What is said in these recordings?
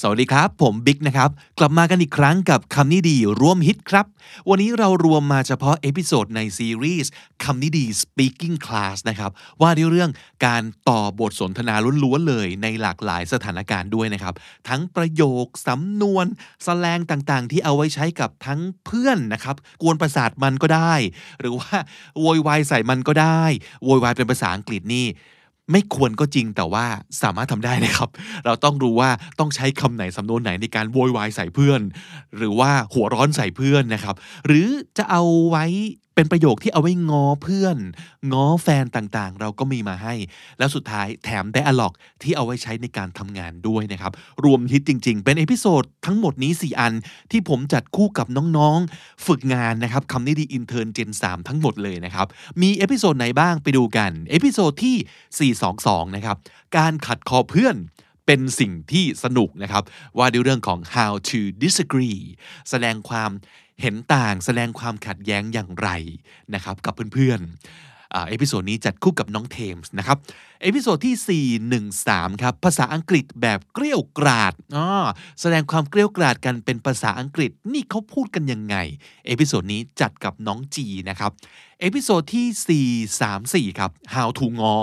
สวัสดีครับ ผมบิ๊กนะครับ กลับมากันอีกครั้งกับคำนี้ดีร่วมฮิตครับ วันนี้เรารวมมาเฉพาะเอพิโซดในซีรีส์คำนี้ดี Speaking Class นะครับ ว่าด้วยเรื่องการต่อบทสนทนาล้วนๆเลยในหลากหลายสถานการณ์ด้วยนะครับ ทั้งประโยค สำนวน สแลงต่างๆ ที่เอาไว้ใช้กับทั้งเพื่อนนะครับ กวนประสาทมันก็ได้ หรือว่าโวยวายใส่มันก็ได้โวยวายเป็นภาษาอังกฤษนี่ ไม่ควรก็จริงแต่ว่าสามารถทำได้นะครับ เราต้องรู้ว่าต้องใช้คำไหนสำนวนไหนในการโวยวายใส่เพื่อน หรือว่าหัวร้อนใส่เพื่อนนะครับ หรือจะเอาไว้เป็นประโยคที่เอาไว้ง้อเพื่อน ง้อแฟนต่างๆ เราก็มีมาให้ แล้วสุดท้ายแถมไดอะล็อกที่เอาไว้ใช้ในการทำงานด้วยนะครับ รวมฮิตจริง ๆ เป็นเอพิโซดทั้งหมดนี้ 4 อันที่ผมจัดคู่กับน้องๆ ฝึกงานนะครับคำนี้ดีอินเทอร์เจน3ทั้งหมดเลยนะครับ มีเอพิโซดไหนบ้างไปดูกัน เอพิโซดที่ 422 นะครับ การขัดคอเพื่อน เป็นสิ่งที่สนุกนะครับ ว่าด้วยเรื่องของ how to disagree แสดงความเห็นต่างแสดงความขัดแย้งอย่างไรนะครับ กับเพื่อนๆอ่าเอพิโซดนี้จัดคู่กับน้องเทมส์นะครับ เอพิโซดที่ 413 ครับ ภาษาอังกฤษแบบเกลี้ยวกราดอ่าแสดงความเกลี้ยวกราดกันเป็นภาษาอังกฤษนี่เขาพูดกันยังไง เอพิโซดนี้จัดกับน้องจีนะครับ เอพิโซดที่ 434 ครับ How to งอ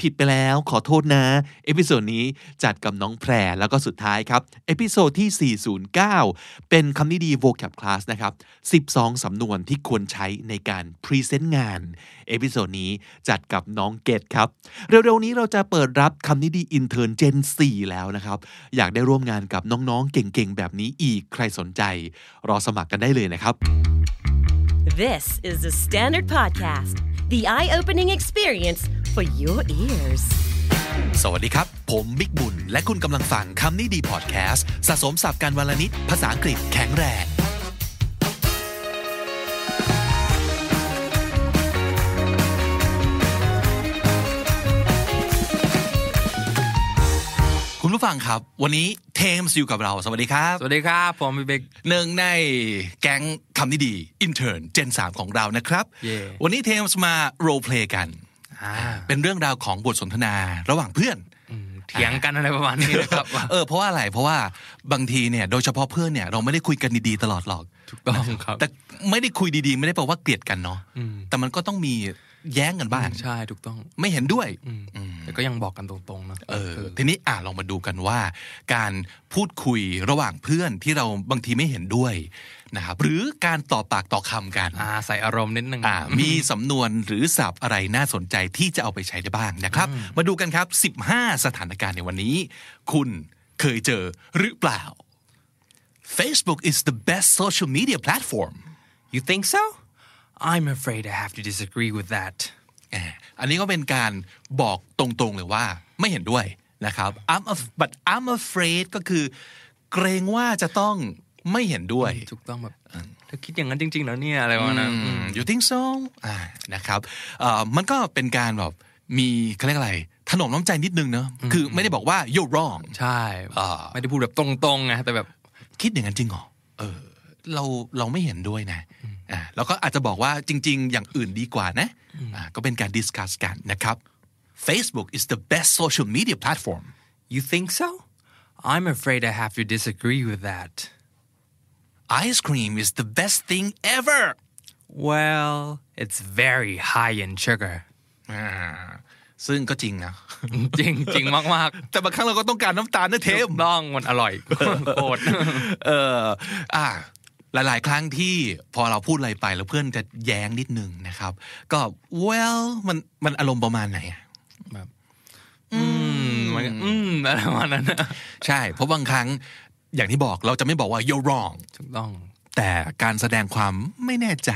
ผิดไปแล้วขอโทษนะ เอพิโซดนี้จัดกับน้องแพร แล้วก็สุดท้ายครับ เอพิโซดที่ 409 เป็นคำนิดี vocab class นะครับ 12 สำนวนที่ควรใช้ในการพรีเซนต์งาน เอพิโซดนี้จัดกับน้องเกดครับ เร็วๆนี้เราจะเปิดรับคำนิดีอินเทอร์เจน4แล้วนะครับ อยากได้ร่วมงานกับน้องๆ เก่งๆ แบบนี้อีกใครสนใจ รอสมัครกันได้เลยนะครับ This is the Standard Podcast, the eye opening experience for your ears. สวัสดีครับ ผมบิ๊กบุญ และคุณกำลังฟังคำนี้ดีพอดแคสต์สะสมสับการวลนิดภาษาอังกฤษแข็งแรง คุณผู้ฟังครับ วันนี้เทมส์อยู่กับเรา สวัสดีครับ สวัสดีครับ ผมพี่เบก หนึ่งในแก๊งคำนี้ดีอินเทอร์เจน3ของเรานะครับ เย่ วันนี้เทมส์มาโรลเพลย์กัน อ่า เป็นเรื่องราวของบทสนทนาระหว่างเพื่อน เถียงกันอะไรประมาณนี้นะครับ เออเพราะว่าอะไรเพราะว่าบางทีเนี่ยโดยเฉพาะเพื่อนเนี่ยเราไม่ได้คุยกันดีๆตลอดหรอก ถูกต้องครับ แต่ไม่ได้คุยดีๆ ไม่ได้แปลว่าเกลียดกันเนาะแต่มันก็ต้องมีแย้งกันบ้าง ใช่ถูกต้อง ไม่เห็นด้วย อืมแต่ก็ยังบอกกันตรงๆนะ เออทีนี้อ่ะลองมาดูกันว่า การพูดคุยระหว่างเพื่อนที่เราบางทีไม่เห็นด้วยนะครับหรือการต่อปากต่อคำกัน อ่าใส่อารมณ์นิดนึง อ่ามีสำนวนหรือศัพท์อะไรน่าสนใจที่จะเอาไปใช้ได้บ้างนะครับ มาดูกันครับ 15 สถานการณ์ในวันนี้ คุณเคยเจอหรือเปล่า Facebook is the best social media platform you think so I'm afraid I have to disagree with that อ่าอันนี้ก็เป็นการบอกตรงๆเลยว่าไม่เห็นด้วยนะครับ I'm a, but I'm afraid ก็คือ เกรงว่าจะต้องไม่เห็นด้วย ถูกต้องแบบเธอคิดอย่างนั้นจริงๆแล้วเนี่ยอะไรประมาณนั้นอืม you think so อ่านะครับเอ่อมันก็เป็นการแบบมีเขาเรียกอะไรถนอมน้ำใจนิดนึงเนอะคือไม่ได้บอกว่า you're wrong ใช่ อ่า ไม่ได้พูดแบบตรงๆไงแต่แบบ คิดอย่างนั้นจริงเหรอเออ เราเราไม่เห็นด้วยนะอ่าแล้วก็อาจจะบอกว่าจริง ๆ อย่างอื่นดีกว่านะอ่าก็เป็นการดิสคัสกันนะครับ Facebook is the best social media platform you think so I'm afraid I have to disagree with that ice cream is the best thing ever well it's very high in sugar อ่าซึ่งก็จริงนะ จริงจริงมาก แต่บางครั้งเราก็ต้องการน้ำตาลนะ ๆ เทม ถูกต้องมันอร่อยโคต ร เอออ่ะหลาย ๆ ครั้งที่พอเราพูดอะไรไปแล้วเพื่อนจะแย้งนิดนึงนะครับ ก็ well มันมันอารมณ์ประมาณไหนอะ แบบอืมมันก็อืมอะไรประมาณนั้นนะ ใช่ เพราะบางครั้งอย่างที่บอกเราจะไม่บอกว่า you're wrong ถูกต้อง แต่การแสดงความไม่แน่ใจ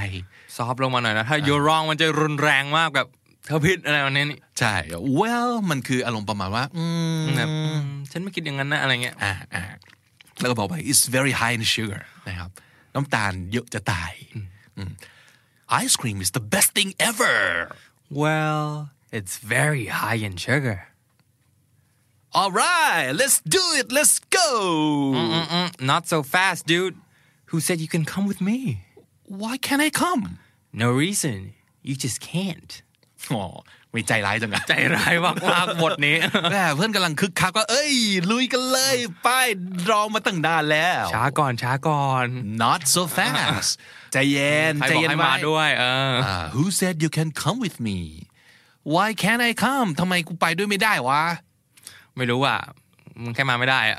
ซอฟต์ลงมาหน่อยนะถ้า you're wrong มันจะรุนแรงมากแบบเธอผิดอะไรแบบนี้นี่ ใช่ well มันคืออารมณ์ประมาณว่าอืม แบบอืมฉันไม่คิดอย่างนั้นนะอะไรเงี้ย อ่าอ่าแล้วก็บอกไป it's very high in sugar นะครับ น้ำตาลเยอะจะตายอืม ice cream is the best thing ever well it's very high in sugar alright let's do it let's go Mm-mm, not so fast dude who said you can come with me why can't I come no reason you just can't อ๋อ ไม่ใจร้ายจังอะ ใจร้ายมากมากๆบทนี้ แม่เพื่อนกำลังคึกคักว่าเอ้ย ลุยกันเลยป้ายรอมาตั้งนานแล้ว ช้าก่อนช้าก่อน not so fast ใจเย็น ใคร ใจ บอก เย็น ให้ ไว้ มาด้วยเออ อ่า who said you can come with me why can't I come ทำไมกูไปด้วยไม่ได้วะ ไม่รู้อ่ะมึงแค่มาไม่ได้อะ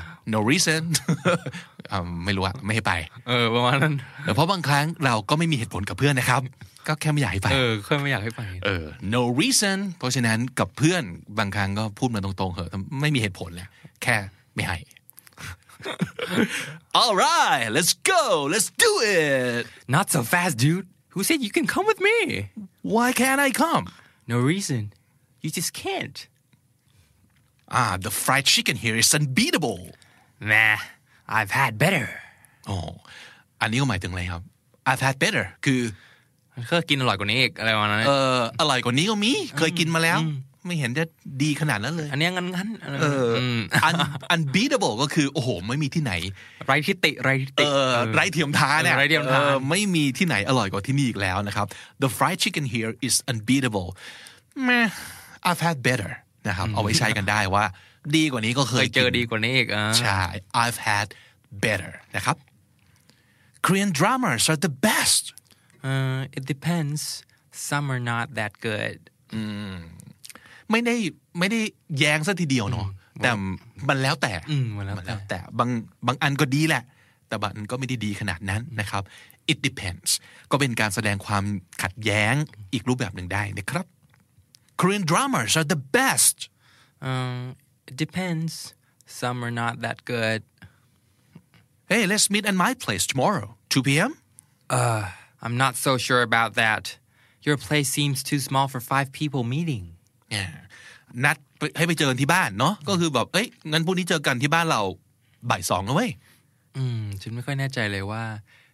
no reason อ่าไม่รู้อะไม่ให้ไป เออประมาณนั้น เพราะบางครั้งเราก็ไม่มีเหตุผลกับเพื่อนนะครับ ก็แค่ไม่อยากให้ไป เออค่อยไม่อยากให้ไป เออ no reason เพราะฉะนั้นกับเพื่อนบางครั้งก็พูดมาตรงๆเหอะไม่มีเหตุผลแหละแค่ไม่ให้ alright let's go let's do it not so fast dude who said you can come with me why can't I come no reason you just can't ah the fried chicken here is unbeatable nah I've had better อ๋ออันนี้ก็หมายถึงอะไรครับ I've had better คือ เคยกินอร่อยกว่านี้อีกอะไรประมาณนั้น เอออร่อยกว่านี้ก็มี เคยกินมาแล้ว ไม่เห็นจะดีขนาดนั้นเลย อันเนี้ยงั้นงั้นๆอะไร เออ อืม อัน unbeatable ก็คือ โอ้โห ไม่มีที่ไหน ไรทิติไรทิ เอ ติ อไร้เทียมทานเนี่ย เออไร้เทียมทาน ออไม่มีที่ไหนอร่อยกว่าที่นี่อีกแล้วนะครับ the fried chicken here is unbeatable แม่ I've had better นะครับ เอาไว้ใช้กันได้ว่า ดีกว่านี้ก็เค เค ย ยเจอ กิน ดีกว่านี้อีกอ่ะ ใช่ I've had better นะครับ Korean dramas are the best Uh, it depends some are not that good ไม่ได้ไม่ได้แย้งซะทีเดียวเนาะแต่มันแล้วแต่ อืมมันแล้วมันแต่แล้วแต่บางบางอันก็ดีแหละ แต่บางอันก็ไม่ได้ดีขนาดนั้นนะครับ it depends ก็เป็นการแสดงความขัดแย้งอีกรูปแบบหนึ่งได้นะครับ Korean dramas are the best Um, it depends some are not that good hey let's meet at my place tomorrow 2 p.m I'm not so sure about that. Your place seems too small for five people meeting. เนี่ยนัดไปให้ไปเจอกันที่บ้านเนาะก็คือแบบเอ้ยงั้นพรุ่งนี้เจอกันที่บ้านเราบ่ายสองนะเว้ย อืมฉันไม่ค่อยแน่ใจเลยว่า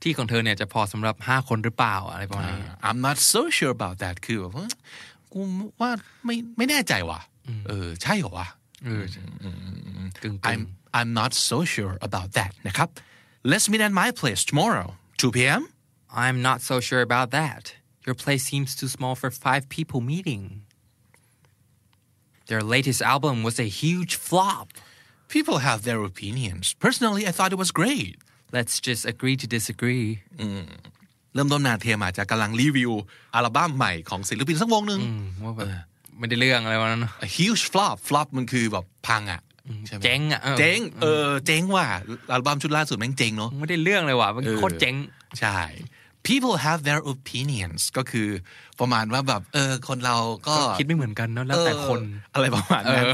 ที่ของเธอเนี่ยจะพอสำหรับห้าคนหรือเปล่าอะไรประมาณนี้ I'm not so sure about that คือแบบว่ากูว่าไม่ไม่แน่ใจว่ะเออใช่เหรอวะ เอออกึ่งกึ่ I'm I'm not so sure about that นะครับ Let's meet at my place tomorrow 2 p.m. I'm not so sure about that. Your place seems too small for five people meeting. Their latest album was a huge flop. People have their opinions. Personally, I thought it was great. Let's just agree to disagree. เริ่มต้นนาเทมอาจจะกำลังรีวิว อัลบั้มใหม่ของศิลปินสักวงหนึ่ง อืมว่าแบบไม่ได้เรื่องอะไรวะนั้น A huge flop flop มันคือแบบพังอ่ะใช่ไหม เจ๊งอะเออ เจ๊งเออเจ๊งว่ะอัลบั้มชุดล่าสุดแม่งเจ๊งเนาะ ไม่ได้เรื่องเลยว่ะมัน ออ โคตรเจ๋ง ใช่ people have their opinions ก็คือประมาณว่าแบบเออคนเราก็ คิดไม่เหมือนกันเนอะแล้วแต่คน เอออะไรประมาณนั้น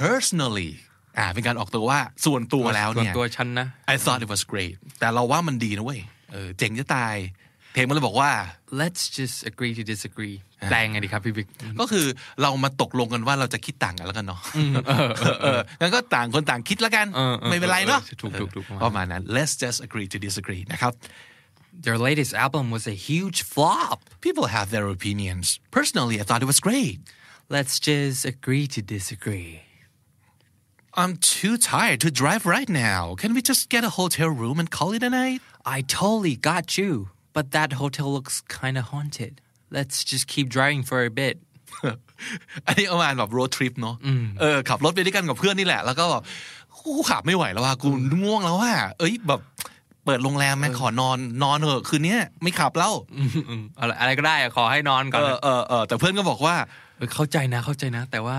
personally อ่าเป็นการออกตัวว่าส่วนตัวแล้ว ส่วน เนี่ย ตัวฉันนะ I thought it was great แต่เราว่ามันดีนะเว้ยเออเจ๋งจะตาย เพลงมันเลยบอกว่า let's just agree to disagree แปลงไงดีครับพี่บิ๊ก ก็คือเรามาตกลงกันว่าเราจะคิดต่างกันแล้วกันเนาะเอองั้นก็ต่างคนต่างคิดแล้วกัน เออเออ ไม่เป็นไรเนาะ เออถูกถูกถูก ประมาณนั้น let's just agree to disagree นะครับ their latest album was a huge flop people have their opinions. Personally, I thought it was great. let's just agree to disagree I'm too tired to drive right now. Can we just get a hotel room and call it a night? I totally got you but that hotel looks kinda haunted let's just keep driving for a bit อันนี้ประมาณแบบ road trip เนอะเออขับรถไปด้วยกันกับเพื่อนนี่แหละ แล้วก็แบบกูขับไม่ไหวแล้วว่ากูง่วงแล้วว่า เอ้ยแบบเปิดโรงแรมแม่งขอนอนนอนเถอะคืนเนี้ยไม่ขับแล้ว อะไรอะไรก็ได้อะขอให้นอนก่ เอ ออนเออเออแต่เพื่อนก็บอกว่า เออเข้าใจนะเข้าใจนะ แต่ว่า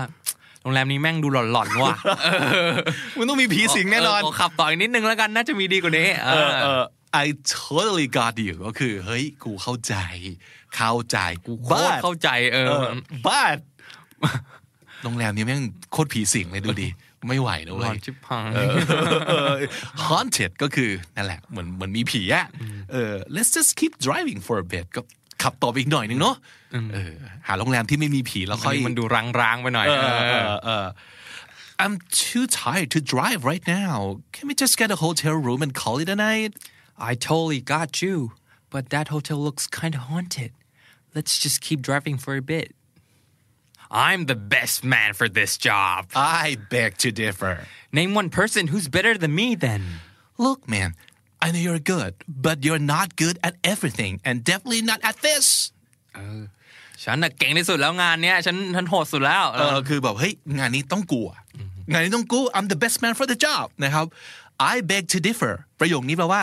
โรงแรมนี้แม่งดูหลอนๆว่ะ มันต้องมีผีสิงแน่นอน เขขับต่ออีกนิดนึงแล้วกันน่าจะมีดีกว่านี้เออ เออ I totally got you ก็คือเฮ้ยกูเข้าใจ เข้าใจกู โคตรเข้าใจเออ บ้า โรงแรมนี้แม่งโคตรผีสิงเลยดู ดิ ไม่ไหวนะ หล เว้ อน ย ชิบพัง เออ haunted ก็คือ นั่นแหละเหมือนเหมือนมีผีอะเออ let's just keep driving for a bit ก็ขับต่อไปอีกหน่อยนึงเนาะเออหาโรงแรมที่ไม่มีผีแล้ว อั ค่ น อย นี้มันดูร้างๆไปหน่อย เออ เอ เอ อ อเออ I'm too tired to drive right now can we just get a hotel room and call it a night I totally got you, but that hotel looks kind of haunted. Let's just keep driving for a bit. I'm the best man for this job. I beg to differ Name one person who's better than me then. Look, man, I know you're good, but you're not good at everything and definitely not at this. ฉันน่ะเก่งที่สุดแล้วงานเนี้ยฉันฉันโหดสุดแล้ว เออคือแบบเฮ้ยงานนี้ต้องกูอะงานนี้ต้องกู I'm the best man for the job นะครับ I beg to differ ประโยคนี้แปลว่า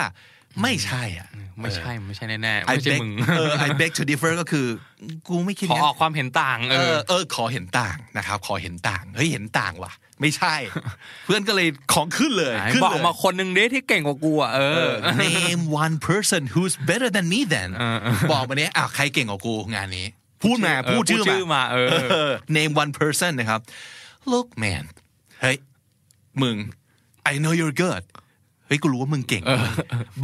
ไม่ใช่อ่ะ ไม่ใช่ไม่ใช่แน่ๆ I ไม่ใช่ beg มึง เออ I beg to differ ก็คือ กูไม่คิด ขอ งั้น ออกความเห็นต่างเอ เอ อ อเออขอเห็นต่างนะครับขอเห็นต่างเฮ้ยเห็นต่างว่ะ ไม่ใช่ เพื่อนก็เลยของขึ้นเลย ไหน ขึ้น บอก เลย มาคนหนึ่งดิที่เก่งกว่ากูอ่ะเอ เอ อ อ name one person who's better than me then บอกมาเนี้ยอ่ะใครเก่งกว่ากูงานนี้ พูดมา เออ พูดชื่ พูดชื่อมาเออ name one person นะครับ look man เฮ้ยมึง I know you're good เฮ้ยกูรู้ว่ามึงเก่ง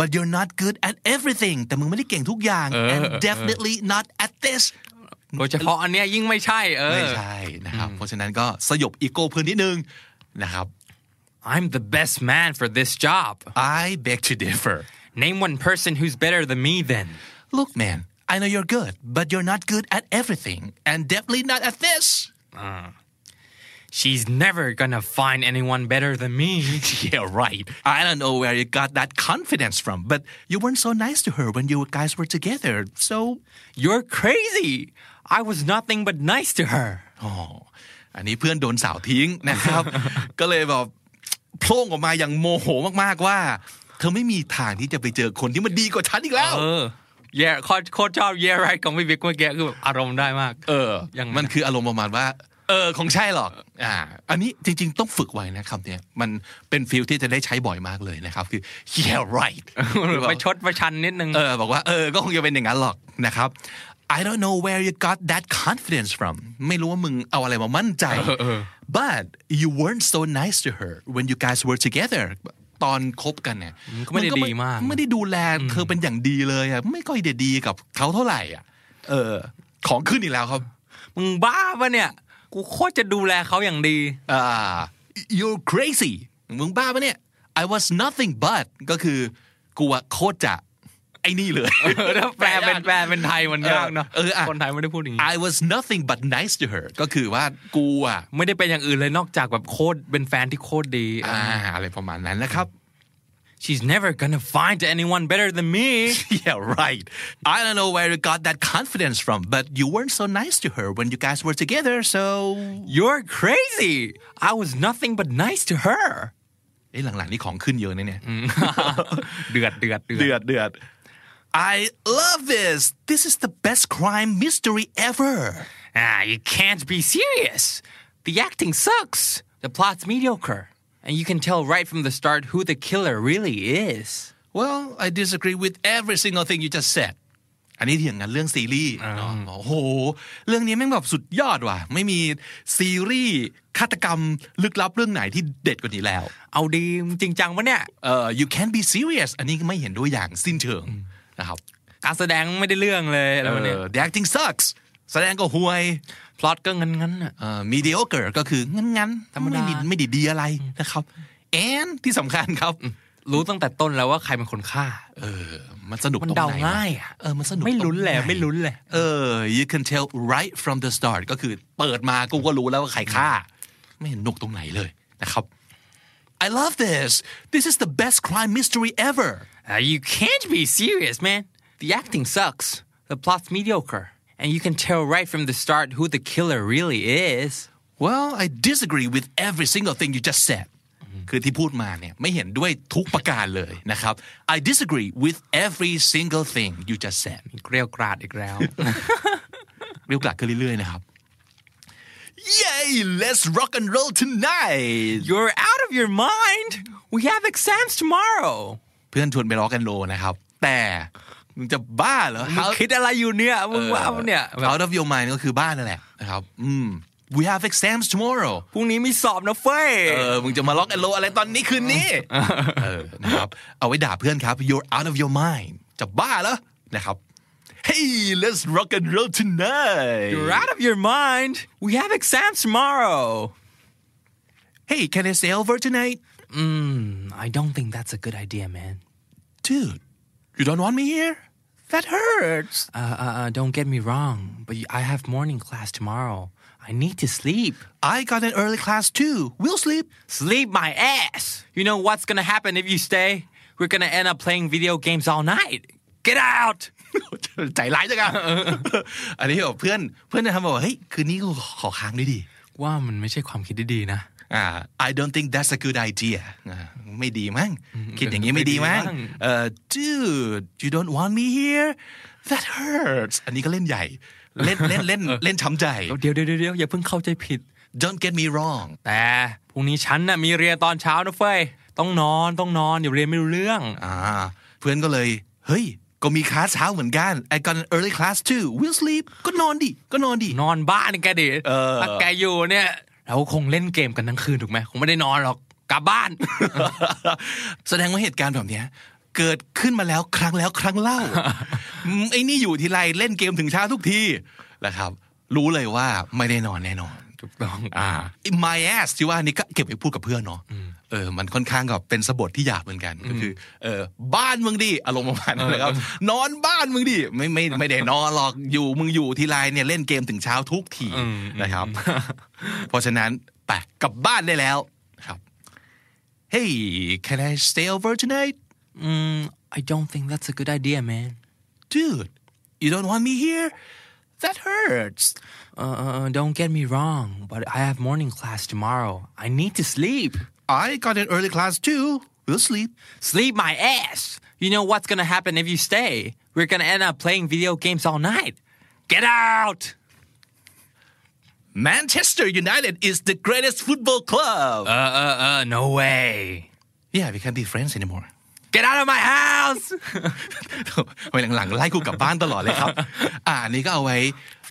but you're not good at everything แต่มึงไม่ได้เก่งทุกอย่าง and definitely not at this โดยเฉพาะอันเนี้ยยิ่งไม่ใช่เอ ไม่ อ ใช่นะครับ เพราะฉะนั้นก็สยบอีโก้เพื่อนนิดนึงนะครับ I'm the best man for this job I beg to differ name one person who's better than me then look man I know you're good but you're not good at everything and definitely not at this she's never gonna find anyone better than me yeah right I don't know where you got that confidence from but you weren't so nice to her when you guys were together so you're crazy I was nothing but nice to her อ๋ออันนี้เพื่อนโดนสาวทิ้งนะครับ ก็เลยแบบโพล่งออกมาอย่างโมโหมากๆว่า เธอไม่มีทางที่จะไปเจอคนที่มันดีกว่าฉันอีกแล้ว เออ yeah โคตรโคตรชอบ yeah right ของพี่บิ๊กเมื่อกี้คือแบบอารมณ์ได้มาก เออ ยังไง มันคืออารมณ์ประมาณว่า เออ คงใช่หรอก อ่า อันนี้จริง ๆ ต้องฝึกไว้นะคำเนี้ย มันเป็นฟิลที่จะได้ใช้บ่อยมากเลยนะครับ คือ yeah right ไปชดประชันนิดนึง เออ บอกว่า เออ ก็คงจะเป็นอย่างนั้นหรอกนะครับ I don't know where you got that confidence from ไม่รู้ว่ามึงเอาอะไรมามั่นใจ but you weren't so nice to her when you guys were together ตอนคบกันเนี่ย มันก็ไม่ได้ดีมาก ไม่ได้ดูแลเธอเป็นอย่างดีเลยอะไม่ค่อยได้ดีกับเขาเท่าไหร่อ่ะ เออ ของขึ้นอีกแล้วครับ มึงบ้าปะเนี่ย กูโคตรจะดูแลเขาอย่างดี อ่า Ah, you're crazy มึงบ้าปะเนี่ย I was nothing but ก็คือกูอะโคตรจะไอ้นี่เลย เออถ้าแปลเป็นแปลเป็นไทยมันยากเนาะ เออเอออ่ะ คนไทยไม่ได้พูดอย่างนี้ I was nothing but nice to her ก็คือว่ากูอะ ไม่ได้เป็นอย่างอื่นเลยนอกจากแบบโคตรเป็นแฟนที่โคตรดี อ่าอะไรประมาณนั้นนะครับ She's never gonna find anyone better than me Yeah right I don't know where you got that confidence from but you weren't so nice to her when you guys were together so You're crazy I was nothing but nice to her เอ้ยหลังๆนี่ของขึ้นเยอะนะเนี่ย เดือดเดือดเดือด เดือดเดือด I love this this is the best crime mystery ever Ah you can't be serious The acting sucks The plot's mediocre and you can tell right from the start who the killer really is Well, I disagree with every single thing you just said. อันนี้อย่างนั้นเรื่องซีรีส์เนอะโอ้โห เรื่องนี้แม่งแบบสุดยอดว่ะ ไม่มีซีรีส์ฆาตกรรมลึกลับเรื่องไหนที่เด็ดกว่านี้แล้ว เอาดีมึงจริงจังปะเนี่ย เอ่อ you can be serious อันนี้ไม่เห็นด้วยอย่างสิ้นเชิงนะครับ การแสดงไม่ได้เรื่องเลยอะไร เอ่ วะเนี่ย อ the acting sucks แสดงก็ห่วย พล็อตก็งั้นงั้นๆอ่ะ เอ่อ mediocre ก็คืองั้นๆ ธรรมดา ไม่ไไม่ได้ดีอะไรนะครับ and ที่สำคัญครับ รู้ตั้งแต่ต้นแล้วว่าใครเป็นคนฆ่า เออ มันสนุก มัน ตรงไหน เดาว ะ ง่ายอ่ะ เออ มันสนุก ไม่ลุ้นแหละ ตรงไห ไม่ลุ้นแหละ เออ you can tell right from the start ก็คือเปิดมากูก็รู้แล้วว่าใครฆ่า ไม่เห็นหนุกตรงไหนเลยนะครับ I love this this is the best crime mystery ever Uh, you can't be serious man the acting sucks the plot's mediocre and you can tell right from the start who the killer really is well I disagree with every single thing you just said คือที่พูดมาเนี่ยไม่เห็นด้วยทุกประการเลยนะครับ I disagree with every single thing you just said เกรียวกราดอีกแล้ว เรียกกลับขึ้นเรื่อยๆนะครับ Yay let's rock and roll tonight you're out of your mind we have exams tomorrow เพื่อนชวนไปร็อกแอนด์โรลนะครับ แต่มึงจะบ้าเหรอ มึง How- คิดอะไรอยู่เนี่ยมึงว่าเนี่ยแบบ out of your mind ก็คือบ้านนั่นแหละนะครับอืม we have exams tomorrow พรุ่งนี้มีสอบนะเฟ้ย เออมึงจะมาล็อกแอนโลอะไรตอนนี้คืนนี้เออนะครับเอาไว้ด่าเพื่อนครับ you're out of your mind จะบ้าเหรอนะครับ hey let's rock and roll tonight you're out of your mind we have exams tomorrow hey can I stay over tonight I don't think that's a good idea man dude you don't want me here that hurts Uh, uh, uh, don't get me wrong, but you- I have morning class tomorrow. I need to sleep. I got an early class too we'll sleep Sleep my ass! You know what's gonna happen if you stay? We're gonna end up playing video games all night. Get out! ใจร้ายจังอะอันนี้แบบเพื่อนเพื่อนนะครับบอกว่าเฮ้ยคืนนี้กูขอค้างด้วยดิ ว่ามันไม่ใช่ความคิดที่ดีนะ อ่า I don't think that's a good idea อ่าไม่ดีมั้งคิดอย่างนี้ไม่ดีมั้ง ไม่ดีมั้ง เอ่อ dude you don't want me here that hurts อันนี้ก็เล่นใหญ่ เล่นเล่นเล่นเล่นช้ำใจ เดี๋ยวเดี๋ยวเดี๋ยวเดี๋ยวอย่าเพิ่งเข้าใจผิด don't get me wrong แต่พรุ่งนี้ฉันน่ะมีเรียนตอนเช้านะเฟ้ยต้องนอนต้องนอนอย่าเรียนไม่รู้เรื่อง อ่า เพื่อนก็เลย เฮ้ย ก็มีคลาสเช้าเหมือนกัน I got an early class too we'll sleep ก็นอนดิ ก็นอนดิ นอนบ้านแกดิ เออ ถ้าแกอยู่เนี่ย เราคงเล่นเกมกันทั้งคืนถูกไหมคงไม่ได้นอนหรอกกลับบ้าน แสดงว่าเหตุการณ์แบบเนี้ยเกิดขึ้นมาแล้วครั้งแล้วครั้งเล่า อืมไอ้นี่อยู่ทีไรเล่นเกมถึงเช้าทุกทีนะครับ รู้เลยว่าไม่ได้นอนแน่นอน ถูกต้อง อ่า my ass ที่ว่านี่ก็เก็บไปพูดกับเพื่อนเนาะเออมันค่อนข้างกับเป็นสะบทที่หยาบเหมือนกันก็คือเออบ้านมึงดิอารมณ์ประมาณนั้นเลยครับนอนบ้านมึงดิไม่ไม่ไม่ได้นอนหรอกอยู่มึงอยู่ทีไรเนี่ยเล่นเกมถึงเช้าทุกที อืม นะครับ เพราะฉะนั้นไปกลับบ้านได้แล้วครับ Hey can I stay over tonight อืม I don't think that's a good idea man dude you don't want me here that hurts uh, uh, uh, don't get me wrong but I have morning class tomorrow I need to sleep I got an early class too we'll sleep sleep my ass you know what's gonna happen if you stay we're gonna end up playing video games all night get out Manchester United is the greatest football club uh uh uh no way Yeah, we can't be friends anymore. get out of my house ไว้หลังๆไล่กูกลับบ้านตลอดเลยครับ อ่าอันนี้ก็เอาไว้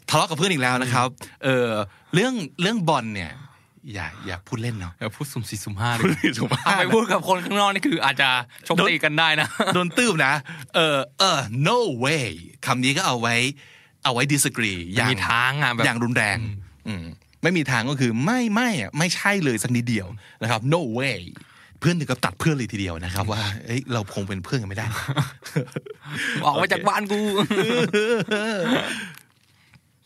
ทะเลาะกับเพื่อนอีกแล้วนะครับ เออเรื่องเรื่องบอลเนี่ย อย่าอย่าพูดเล่นเนาะ อย่าพูดสุ่มสี่สุ่มห้าเลย พูดสุ่มสี่สุ่มห้า เอไปพูดกับคนข้างนอกนี่คืออาจจะชกตีกันได้นะ โดนตื้มนะ เออเออ no way คำนี้ก็เอาไว้เอาไว้ disagree อย่าง มีทางอ่ะแบบ อย่างรุนแรงอืมไม่มีทางก็คือไม่ไม่อะไม่ใช่เลยสักนิดเดียวนะครับ no way เพื่อนถึงกับตัดเพื่อนเลยทีเดียวนะครับ ว่าเอ้ยเราคงเป็นเพื่อนกันไม่ได้ ออกมาจากบ้าน กู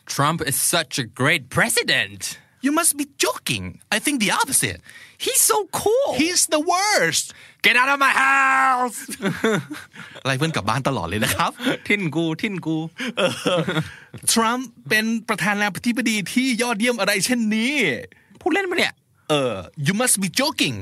Trump is such a great president You must be joking I think the opposite he's so cool He's the worst get out of my house ไล่เพื่อนกลับบ้านตลอดเลยนะครับ ทิ้นกูทิ้นกู ทรัมป์เป็นประธานาธิบดีที่ยอดเยี่ยมอะไรเช่นนี้ พูดเล่นมาเนี่ย เออ you must be joking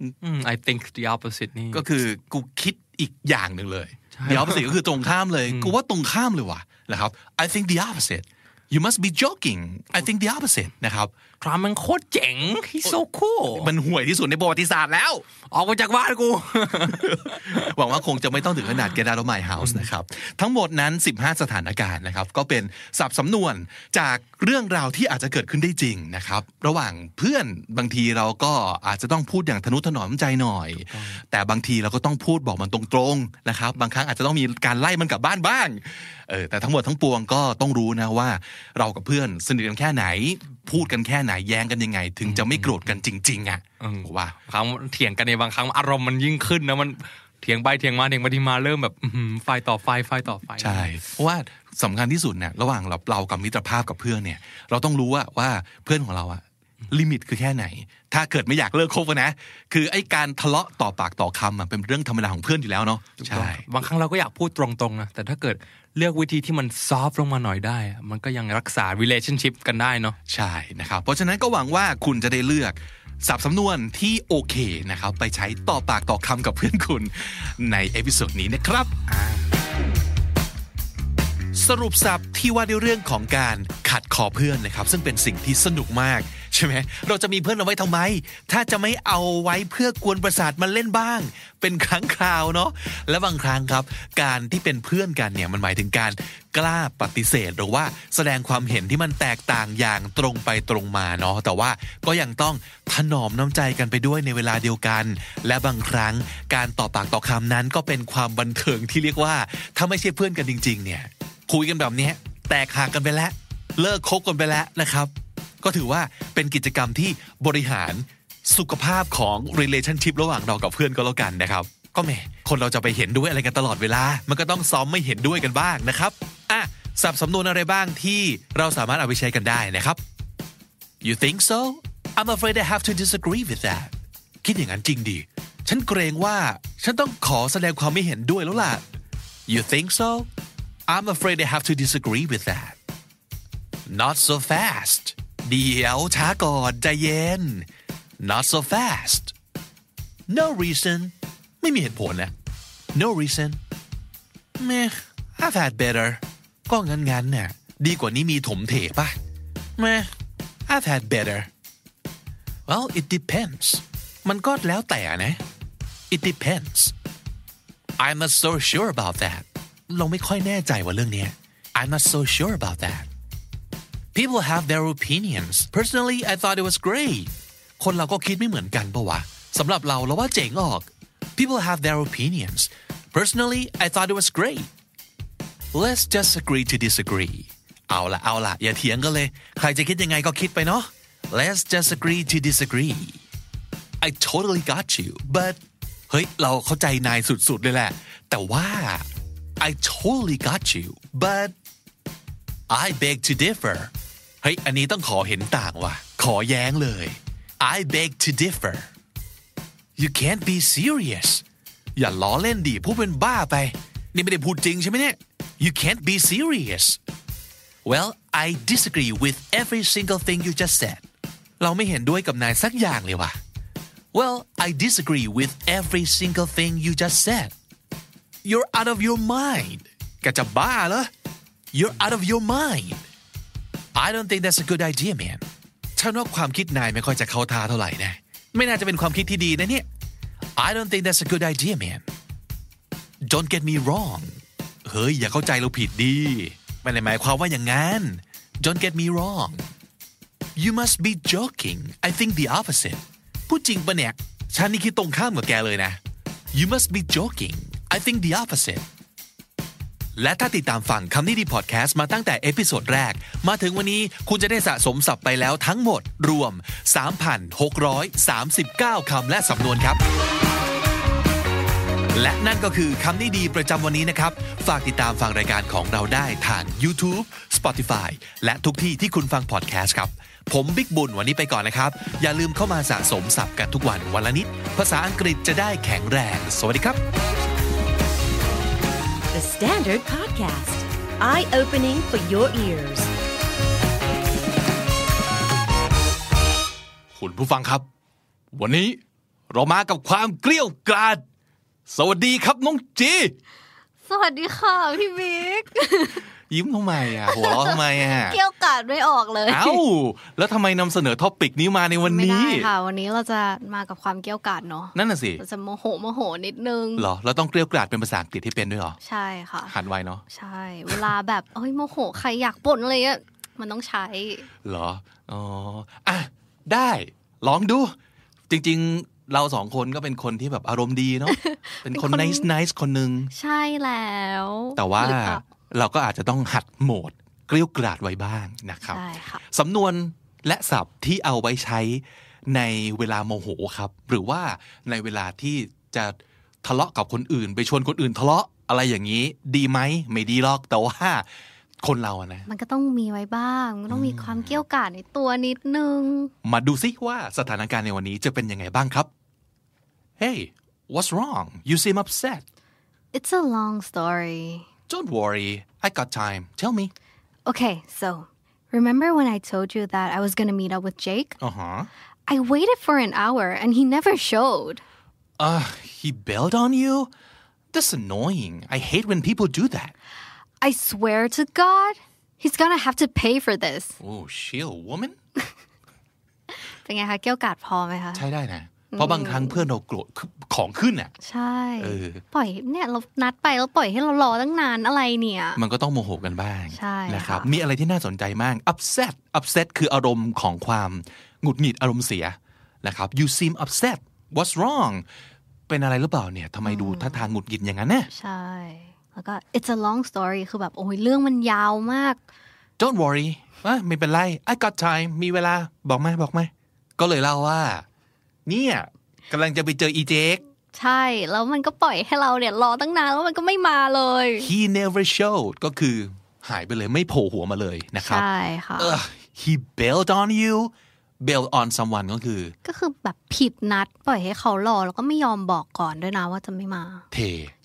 อืม I think the opposite นี่ ก็คือกูคิดอีกอย่างหนึ่งเลย the opposite ก็คือตรงข้ามเลย กูว่าตรงข้ามเลยว่ะนะครับ I think the opposite you must be joking I think the opposite นะครับ Trump มันโคตรเจ๋ง he's so cool มันห่วยที่สุดในประวัติศาสตร์แล้ว ออกมาจากบ้านกู หวังว่าคงจะไม่ต้องถึงขนาด Get out of my house นะครับ ทั้งหมดนั้น 15 สถานการณ์นะครับ ก็เป็นสับสำนวนจากเรื่องราวที่อาจจะเกิดขึ้นได้จริงนะครับ ระหว่างเพื่อนบางทีเราก็อาจจะต้องพูดอย่างทนุถนอมใจหน่อย แต่บางทีเราก็ต้องพูดบอกมันตรงๆนะครับ บางครั้งอาจจะต้องมีการไล่มันกลับบ้านบ้างเออแต่ทั้งหมดทั้งปวงก็ต้องรู้นะว่า เรากับเพื่อนสนิทกันแค่ไหน พูดกันแค่ไหนแย้งกันยังไง ถึงจะไม่โกรธกันจริง ๆอ่ะผมว่า คำเถียงกันในยบางครั้งอารมณ์มันยิ่งขึ้นนะมันเถียงไปเถียงมาเถียงไปเถียงมาเริ่มแบบอื้อหือไฟต่อไฟไฟต่อไฟ ใช่ เพราะว่าสำคัญที่สุดเนี่ยระหว่างเราเรากับมิตรภาพกับเพื่อนเนี่ย เราต้องรู้ว่าว่าเพื่อนของเราอะลิมิตคือแค่ไหน ถ้าเกิดไม่อยากเลิกคบกันนะ คือไอ้การทะเลาะต่อปากต่อคำอะเป็นเรื่องธรรมดาของเพื่อนอยู่แล้วเนาะใช่ บางครั้งเราก็อยากพูดตรงๆนะ แต่ถ้าเกิดเลือกวิธีที่มันซอฟลงมาหน่อยได้อะมันก็ยังรักษา relationship กันได้เนาะ ใช่นะครับ เพราะฉะนั้นก็หวังว่าคุณจะได้เลือกสับสำนวนที่โอเคนะครับ ไปใช้ต่อปากต่อคำกับเพื่อนคุณในเอพิโซดนี้นะครับอ่าสรุปสับที่ว่าด้วยเรื่องของการขัดขอเพื่อนนะครับ ซึ่งเป็นสิ่งที่สนุกมาก ใช่ไหมเราจะมีเพื่อนเอาไว้ทำไม ถ้าจะไม่เอาไว้เพื่อกวนประสาทมันเล่นบ้าง เป็นครั้งคราวเนาะและบางครั้งครับ การที่เป็นเพื่อนกันเนี่ยมันหมายถึงการกล้าปฏิเสธหรือว่าแสดงความเห็นที่มันแตกต่างอย่างตรงไปตรงมาเนาะแต่ว่าก็ยังต้องถนอมน้ำใจกันไปด้วยในเวลาเดียวกัน และบางครั้งการต่อปากต่อคำนั้นก็เป็นความบันเทิงที่เรียกว่า ถ้าไม่ใช่เพื่อนกันจริง ๆ เนี่ย คุยกันแบบเนี้ยแตกหักกันไปแล้ว เลิกคบกันไปแล้วนะครับ ก็ถือว่าเป็นกิจกรรมที่บริหารสุขภาพของ relationship ระหว่างเรากับเพื่อนก็แล้วกันนะครับ ก็แหมคนเราจะไปเห็นด้วยอะไรกันตลอดเวลา มันก็ต้องซ้อมไม่เห็นด้วยกันบ้างนะครับอ่ะสับสำนวนอะไรบ้างที่เราสามารถเอาไปใช้กันได้นะครับ You think so I'm afraid I have to disagree with that คิดอย่างนั้นจริงดิ ฉันเกรงว่าฉันต้องขอแสดงความไม่เห็นด้วยแล้วล่ะ You think so I'm afraid I have to disagree with that not so fast E เดี๋ยวช้าก่อนใจเย็น not so fast no reason ไม่มีเหตุผลนะ no reason meh I've had better ก็งั้นงั้นๆน่ะดีกว่านี้มีถมเถปะ meh I've had better well it depends มันก็แล้วแต่นะ it depends I'm not so sure about that เราไม่ค่อยแน่ใจว่าเรื่องเนี้ย I'm not so sure about that people have their opinions personally I thought it was great คนเราก็คิดไม่เหมือนกันปะวะสำหรับเราเราว่าเจ๋งออก people have their opinions personally I thought it was great let's just agree to disagree เอาละเอาละอย่าเถียงกันเลย ใครจะคิดยังไงก็คิดไปเนาะ let's just agree to disagree I totally got you but เฮ้ย เราเข้าใจนายสุดๆ เลยแหละ แต่ว่า I totally got you but I beg to differ เฮ้ย อันนี้ต้องขอเห็นต่างว่ะ ขอแย้งเลย I beg to differ you can't be serious อย่าล้อเล่นดิพูดเป็นบ้าไป นี่ไม่ได้พูดจริงใช่ไหมเนี่ย you can't be serious well I disagree with every single thing you just said เราไม่เห็นด้วยกับนายสักอย่างเลยว่ะ Well, I disagree with every single thing you just said. You're out of your mind. แกจะบ้าเหรอ You're out of your mind. I don't think that's a good idea, man. ฉันว่าความคิดนายไม่ค่อยจะเข้าท่าเท่าไหร่นะ ไม่น่าจะเป็นความคิดที่ดีนะเนี่ย I don't think that's a good idea, man. Don't get me wrong. เฮ้ย อย่าเข้าใจเราผิดดีไม่ได้หมายความว่าอย่างนั้น Don't get me wrong. You must be joking. I think the opposite. พูดจริงปะเนี่ย ฉันนี่คิดตรงข้ามกับแกเลยนะ You must be joking. I think the opposite. และถ้าติดตามฟังคำนี้ดีพอดแคสต์มาตั้งแต่เอพิโซดแรก มาถึงวันนี้คุณจะได้สะสมศัพท์ไปแล้วทั้งหมดรวม 3,639 คำและสำนวนครับ และนั่นก็คือคำนี้ดีประจำวันนี้นะครับ ฝากติดตามฟังรายการของเราได้ทาง YouTube Spotify และทุกที่ที่คุณฟังพอดแคสต์ครับ ผมบิ๊กบุญวันนี้ไปก่อนนะครับ อย่าลืมเข้ามาสะสมศัพท์กันทุกวันวันละนิด ภาษาอังกฤษจะได้แข็งแรง สวัสดีครับ The Standard Podcast, eye opening for your ears. คุณผู้ฟังครับ วันนี้เรามากับความเกลี้ยวกราด สวัสดีครับน้องจี สวัสดีค่ะพี่บิ๊ก ยิ้มทำไมอ่ะหัวเราะทำไมอ่ะ เกี่ยวกาดไม่ออกเลย เอ้า แล้วทำไมนำเสนอท็อปิกนี้มาในวัน ไม่ได้ นี้ ค่ะ วันนี้เราจะมากับความเกี่ยวกาดเนาะ นั่นน่ะสิ เราจะโมโหโมโหนิดนึง เหรอ เราต้องเกลี้ยวกราดเป็นภาษาอังกฤษให้เป็นด้วยเหรอ ใช่ค่ะ หันไวเนาะ ใช่ เวลาแบบเอ้ยโมโหใครอยากบ่นอะไรเงี้ยมันต้องใช้ เหรอ อ๋อ อ่ะ ได้ ลองดู จริงๆ เราสองคนก็เป็นคนที่แบบอารมณ์ดี เนาะ เป็นคน เป็นคน nice nice คนหนึ่ง ใช่แล้ว แต่ว่า หรือเปล่ เราก็อาจจะต้องหัดโหมด เกลี้ยวกราดไว้บ้างนะครับ ใช่ค่ะ สำนวนและศัพท์ที่เอาไว้ใช้ในเวลาโมโหครับ หรือว่าในเวลาที่จะทะเลาะกับคนอื่น ไปชวนคนอื่นทะเลาะอะไรอย่างนี้ ดีไหมไม่ดีหรอกแต่ว่าคนเราอะนะ มันก็ต้องมีไว้บ้างมันต้องมีความเกี่ยวกาดในตัวนิดนึง มาดูซิว่าสถานการณ์ในวันนี้จะเป็นยังไงบ้างครับ Hey what's wrong you seem upset It's a long story don't worry I got time tell me okay so remember when I told you that I was gonna meet up with Jake อ่าฮะ I waited for an hour and he never showed. uh he bailed on you that's annoying I hate when people do that I swear to God, he's gonna have to pay for this. oh she a woman เป็นไงคะเกี่ยวกาดพอไหมคะ ใช่ได้นะ เพราะบางครั้งเพื่อนเราโกรธคือของขึ้นอ่ะ ใช่ เออ ปล่อยเนี่ยเรานัดไปแล้วปล่อยให้เรารอตั้งนานอะไรเนี่ย มันก็ต้องโมโหกันบ้าง ใช่ นะครับ ค่ะ มีอะไรที่น่าสนใจมาก upset upset คืออารมณ์ของความหงุดหงิดอารมณ์เสียนะครับ you seem upset what's wrong เป็นอะไรหรือเปล่าเนี่ยทำไมดูท่าทางหงุดหงิดอย่างนั้นนะ ใช่ แล้วก็ it's a long story คือแบบโอ้ยเรื่องมันยาวมาก don't worry อ่ะไม่เป็นไร I got time มีเวลาบอกมาบอกมาก็เลยเล่าว่า เนี่ยกำลังจะไปเจออีเจค ใช่ แล้วมันก็ปล่อยให้เราเนี่ยรอตั้งนานแล้วมันก็ไม่มาเลย he never showed ก็คือหายไปเลยไม่โผล่หัวมาเลยนะครับ ใช่ค่ะ Ugh, he bailed on you bail on someone ก็คือ ก็คือแบบผิดนัด ปล่อยให้เขารอแล้วก็ไม่ยอมบอกก่อนด้วยนะว่าจะไม่มา เท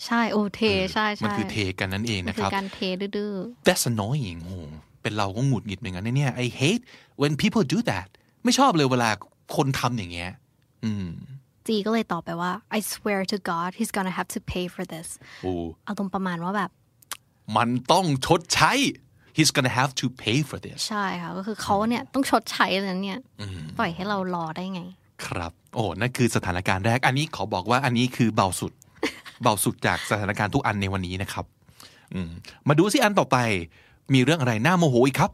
ใช่โอเทใช่ใช่ มันคือเทกันนั่นเอง มั นะค คื รั อบ การเทดื้อ that's annoying โอ้โหเป็นเราก็หงุดหงิดเหมือนกันนะเนี่ย I hate when people do that ไม่ชอบเลยเวลาคนทำอย่างเงี้ย อืม ๆจีก็เลยตอบไปว่า I swear to God he's gonna have to pay for this โอ้ อารมณ์ประมาณว่าแบบ มันต้องชดใช้ he's gonna have to pay for this ใช่ค่ะ ก็คือเขาเนี่ยต้องชดใช้อะไรนั้นเนี่ย ปล่อยให้เรารอได้ไง ครับ โอ้ นั่นคือสถานการณ์แรก อันนี้ขอบอกว่าอันนี้คือเบา สุด เบาสุดจากสถานการณ์ทุกอันในวันนี้นะครับ อืม มาดูสิอันต่อไป มีเรื่องอะไรน่าโมโหอีกครับ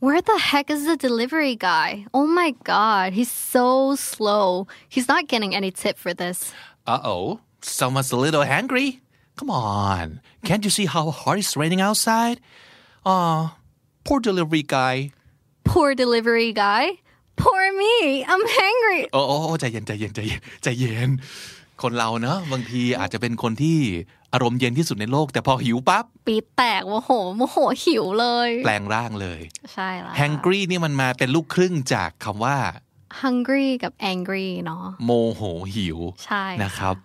Where the heck is the delivery guy? Oh my god, he's so slow. He's not getting any tip for this. Uh oh, someone's a little hungry. Come on, can't you see how hard it's raining outside? Ah, poor delivery guy. Poor delivery guy. Poor me. I'm hangry. โอ้โอ้โอ้ใจเย็นใจเย็นใจเย็นใจเย็น คนเราเนอะบางทีอาจจะเป็นคนที่อารมณ์เย็นที่สุดในโลก แต่พอหิวปั๊บ ปีดแตกโมโหโมโหหิวเลย แปลงร่างเลย ใช่ละ hungry นี่มันมาเป็นลูกครึ่งจากคำว่า hungry กับ angry เนาะ โมโหหิว ใช่ นะครับ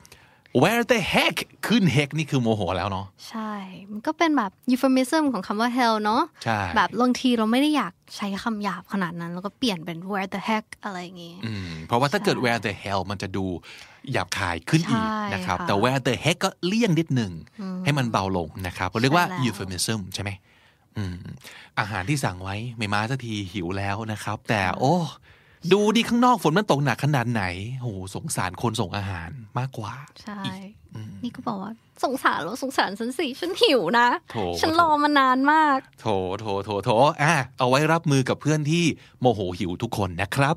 where the heck ขึ้น heck นี่คือโมโหแล้วเนาะ ใช่ มันก็เป็นแบบ euphemism ของคำว่า hell เนาะ ใช่ แบบบางทีเราไม่ได้อยากใช้คำหยาบขนาดนั้น แล้วก็เปลี่ยนเป็น where the heck อะไรอย่างงี้ อืมเพราะว่าถ้าเกิด where the hell มันจะดูหยาบคายขึ้นอีก ใช่ นะครับ ค่ะ แต่ where the heck ก็เลี่ยงนิดหนึ่ง ให้มันเบาลงนะครับเราเรียกว่า ใช่แล้ว euphemism ใช่ไหมอืมอาหารที่สั่งไว้ไม่มาสักทีหิวแล้วนะครับ แต่โอ้ ดูดิข้างนอกฝนมันตกหนักขนาดไหนโหสงสารคนส่งอาหารมากกว่า ใช่ นี่ก็บอกว่าสงสารแล้วสงสารฉันสิฉันหิวนะ โถ ฉันรอมานานมาก โถโถโถโถอ่ะเอาไว้รับมือกับเพื่อนที่โมโหหิวทุกคนนะครับ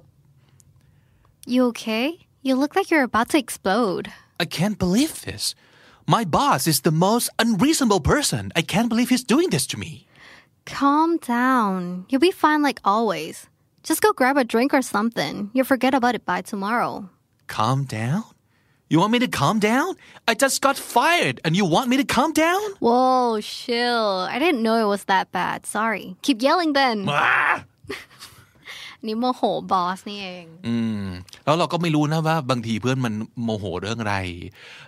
you okay you look like you're about to explode I can't believe this. My boss is the most unreasonable person. I can't believe he's doing this to me. calm down you'll be fine like always just go grab a drink or something you'll forget about it by tomorrow Calm down? You want me to calm down? I just got fired and you want me to calm down? whoa chill I didn't know it was that bad sorry keep yelling then นี่โมโหบอสนี่เอง อืมแล้วเราก็ไม่รู้นะว่าบางทีเพื่อนมันโมโหเรื่องอะไร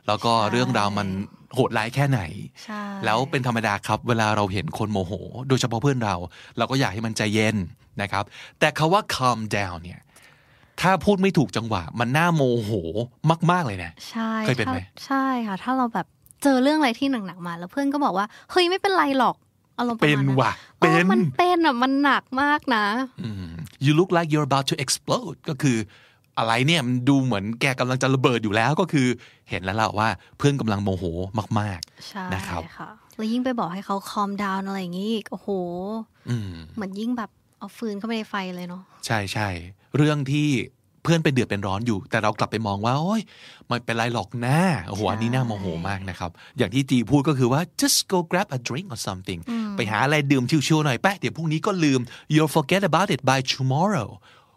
แล้วก็เรื่องราวมันโหดร้ายแค่ไหน ใช่ แล้วเป็นธรรมดาครับ เวลาเราเห็นคนโมโห โดยเฉพาะเพื่อนเรา เราก็อยากให้มันใจเย็นนะครับ แต่คาว่า calm down เนี่ย ถ้าพูดไม่ถูกจังหวะ มันน่าโมโหมาก ๆ เลยนะ ใช่ เคยเป็นไหม ถ้าใช่ค่ะ ถ้าเราแบบเจอเรื่องอะไรที่หนักๆมา แล้วเพื่อนก็บอกว่า เฮ้ยไม่เป็นไรหรอกอารมณ์ประ เป็ มาณ น นั้น ว่ะ เอ เป็ อน มันเป็นอ่ะ มันหนักมากนะ you look like you're about to explode ก็คืออะไรเนี่ยมันดูเหมือนแกกำลังจะระเบิดอยู่แล้วก็คือเห็นแล้วล่ะว่าเพื่อนกำลังโมโหมาก ใช่ นะครับ ค่ะแล้วยิ่งไปบอกให้เขา calm down อะไรอย่างงี้อีกโอ้โห ๆ อืม เหมือนยิ่งแบบเอาฟืนเข้าไปในไฟเลยเนาะ ใช่ใช่เรื่องที่เพื่อนเป็นเดือดเป็นร้อนอยู่ แต่เรากลับไปมองว่าโอ้ยไม่เป็นไรหรอกนะโอ้โหอันนี้น่าโมโหมากนะครับ อย่างที่จีพูดก็คือว่า just go grab a drink or something ไปหาอะไรดื่มชิวๆหน่อยแป๊ะเดี๋ยวพรุ่งนี้ก็ลืม you'll forget about it by tomorrow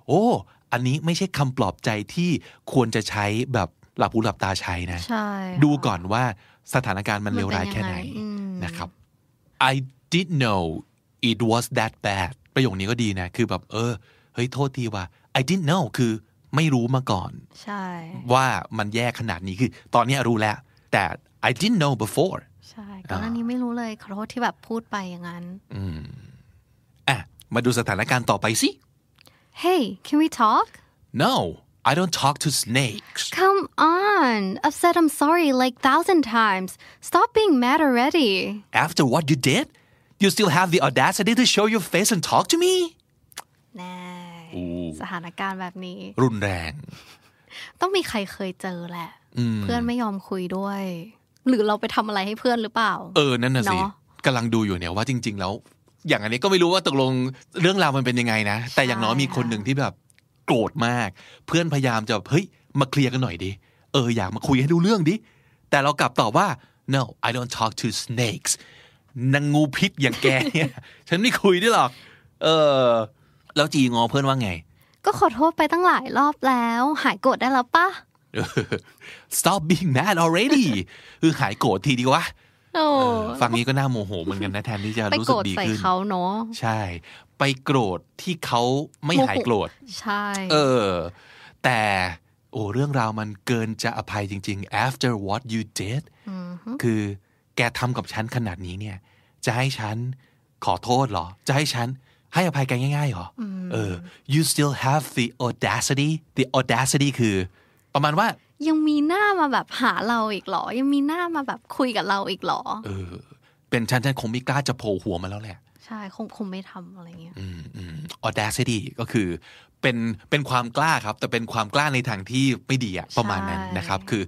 โอ้ อันนี้ไม่ใช่คำปลอบใจที่ควรจะใช้แบบหลับหูหลับตาใช้นะ ใช่ค่ะ ดูก่อนว่าสถานการณ์มัน มัน เล เป็วนร้ายแค่ไหน ยังไงอืม นะครับ I did know it was that bad ประโยคนี้ก็ดีนะ คือแบบ เออ เฮ้ย โทษทีว่า I did know คือไม่รู้มาก่อน ใช่ ว่ามันแย่ขนาดนี้คือ ตอนเนี้ยรู้แล้ว แต่ I didn't know before ใช่ก่อนหน้านี้ไม่รู้เลยขอโทษที่แบบพูดไปอย่างนั้น อ่ะ มาดูสถานการณ์ต่อไปสิ Hey can we talk No I don't talk to snakes come on I've said I'm sorry like thousand times stop being mad already after what you did you still have the audacity to show your face and talk to me แน่สถานการณ์แบบนี้ รุนแรง ต้องมีใครเคยเจอแหละ เพื่อนไม่ยอมคุยด้วย หรือเราไปทำอะไรให้เพื่อนหรือเปล่า เออ นั่นน่ะสิ เนอะ กำลังดูอยู่เนี่ยว่าจริง ๆ แล้ว อย่างอันนี้ก็ไม่รู้ว่าตกลงเรื่องราวมันเป็นยังไงนะ แต่อย่างน้อยมีคนหนึ่งที่แบบโกรธมาก เพื่อนพยายามจะแบบเฮ้ย มาเคลียร์กันหน่อยดิ เออ อยากมาคุยให้รู้เรื่องดิ แต่เรากลับตอบว่า no I don't talk to snakes นางงูพิษอย่างแกเนี่ย ฉันไม่คุยด้วยหรอก เออ แล้วจีงอเพื่อนว่าไง ก็ขอโทษไปตั้งหลายรอบแล้ว หายโกรธได้แล้วปะ stop being mad already คือหายโกรธทีดีวะ โอ้ ฟังนี้ก็น่าโมโหเหมือนกันนะแทนที่จะ ไป รู้ โก สึ ร ก ธ ดี ใส่ ขึ้น เขาเนาะ ใช่ ไปโกรธที่เขาไม่หายโกรธ ใช่ เออ แต่โอ้เรื่องราวมันเกินจะอภัยจริง ๆ after what you did คือแกทำกับฉันขนาดนี้เนี่ย จะให้ฉันขอโทษเหรอ จะให้ฉันให้อภัยแกง่ายๆเหรออเออ you still have the audacity the audacity คือ ประมาณว่า ยังมีหน้ามาแบบหาเราอีกเหรอ ยังมีหน้ามาแบบคุยกับเราอีกเหรอ เออ เป็นฉันฉันคงไม่กล้าจะโผล่หัวมาแล้วแหละ ใช่คงคงไม่ทำอะไรเงี้ย อืมอืม audacity ก็คือเป็นเป็นความกล้าครับ แต่เป็นความกล้าในทางที่ไม่ดีอะประมาณนั้นนะครับ คือ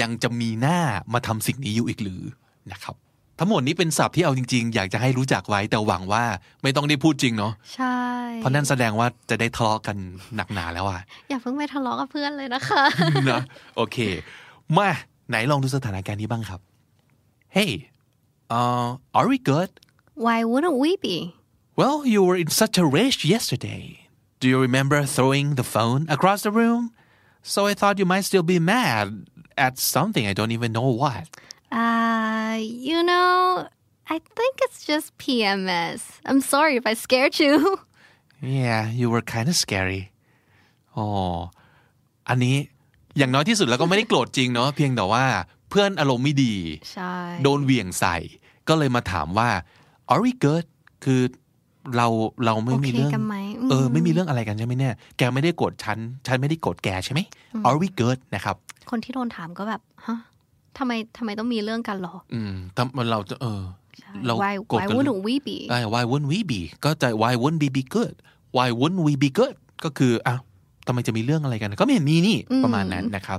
ยังจะมีหน้ามาทำสิ่งนี้อยู่อีกหรือนะครับ ทั้งหมดนี้เป็นศัพท์ที่เอาจริงๆ อยากจะให้รู้จักไว้แต่หวังว่าไม่ต้องได้พูดจริงเนาะ ใช่ เพราะนั่นแสดงว่าจะได้ทะเลาะกันหนักหนาแล้วอะ อย่าเพิ่งไปทะเลาะกับเพื่อนเลยนะคะ นะโอเค มา ไหนลองดูสถานการณ์นี้บ้างครับ Hey uh, are we good Why wouldn't we be? Well, you were in such a rage yesterday. Do you remember throwing the phone across the room? So I thought you might still be mad at something I don't even know what. Uh, you know, I think it's just PMS. I'm sorry if I scared you. Yeah, you were kind of scary. อ๋อ อันนี้อย่างน้อยที่สุดแล้วก็ไม่ได้โกรธจริงเนาะ เพียงแต่ว่าเพื่อนอารมณ์ไม่ดี Shy. โดนเหวี่ยงใส่ ก็เลยมาถามว่า are we good คือเราเราไม่มีเรื่อง โอเคกันไหมอืม เออไม่มีเรื่องอะไรกันใช่ไหมเนี่ย แกไม่ได้โกรธฉัน ฉันไม่ได้โกรธแกใช่ไหม are we good นะครับ คนที่โดนถามก็แบบ ฮะทำไมทำไมต้องมีเรื่องกันเหรอ อืมทำเราจะเออ เรา Why โกรธ Why กัน wouldn't we be ใช่ why wouldn't we be ก็จะ why wouldn't we be good why wouldn't we be good ก็คืออ้าวทำไมจะมีเรื่องอะไรกัน ก็ไม่เห็นมีนี่ ประมาณนั้นนะครับ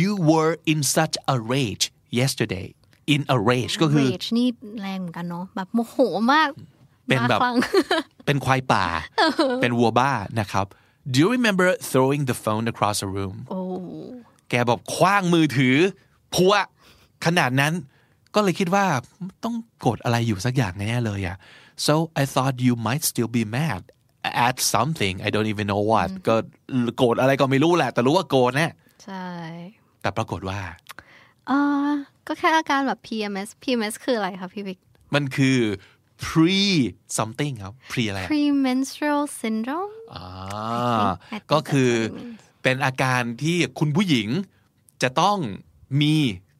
you were in such a rage yesterday in a rage ก็คือ Rage นี่แรงเหมือนกันเนาะแบบโมโหมาก เป็นแบบ มาค รั้ง เป็นควาย ป่า เป็นวัวบ้านะครับ do you remember throwing the phone across the room โอ้ แกแบบคว้างมือถือ พัวขนาดนั้น ก็เลยคิดว่าต้องโกรธอะไรอยู่สักอย่างแน่ๆเลยอะ so I thought you might still be mad at something I don't even know what ก็โกรธอะไรก็ไม่รู้แหละ แต่รู้ว่าโกรธแนะ ใช่ แต่ปรากฏว่า เออก็แค่อาการแบบ PMS PMS คืออะไรคะพี่บิ๊ก มันคือ pre something ครับ pre อะไรอะ premenstrual syndrome อ่า I think ก็คือ that's what it means เป็นอาการที่คุณผู้หญิงจะต้องมี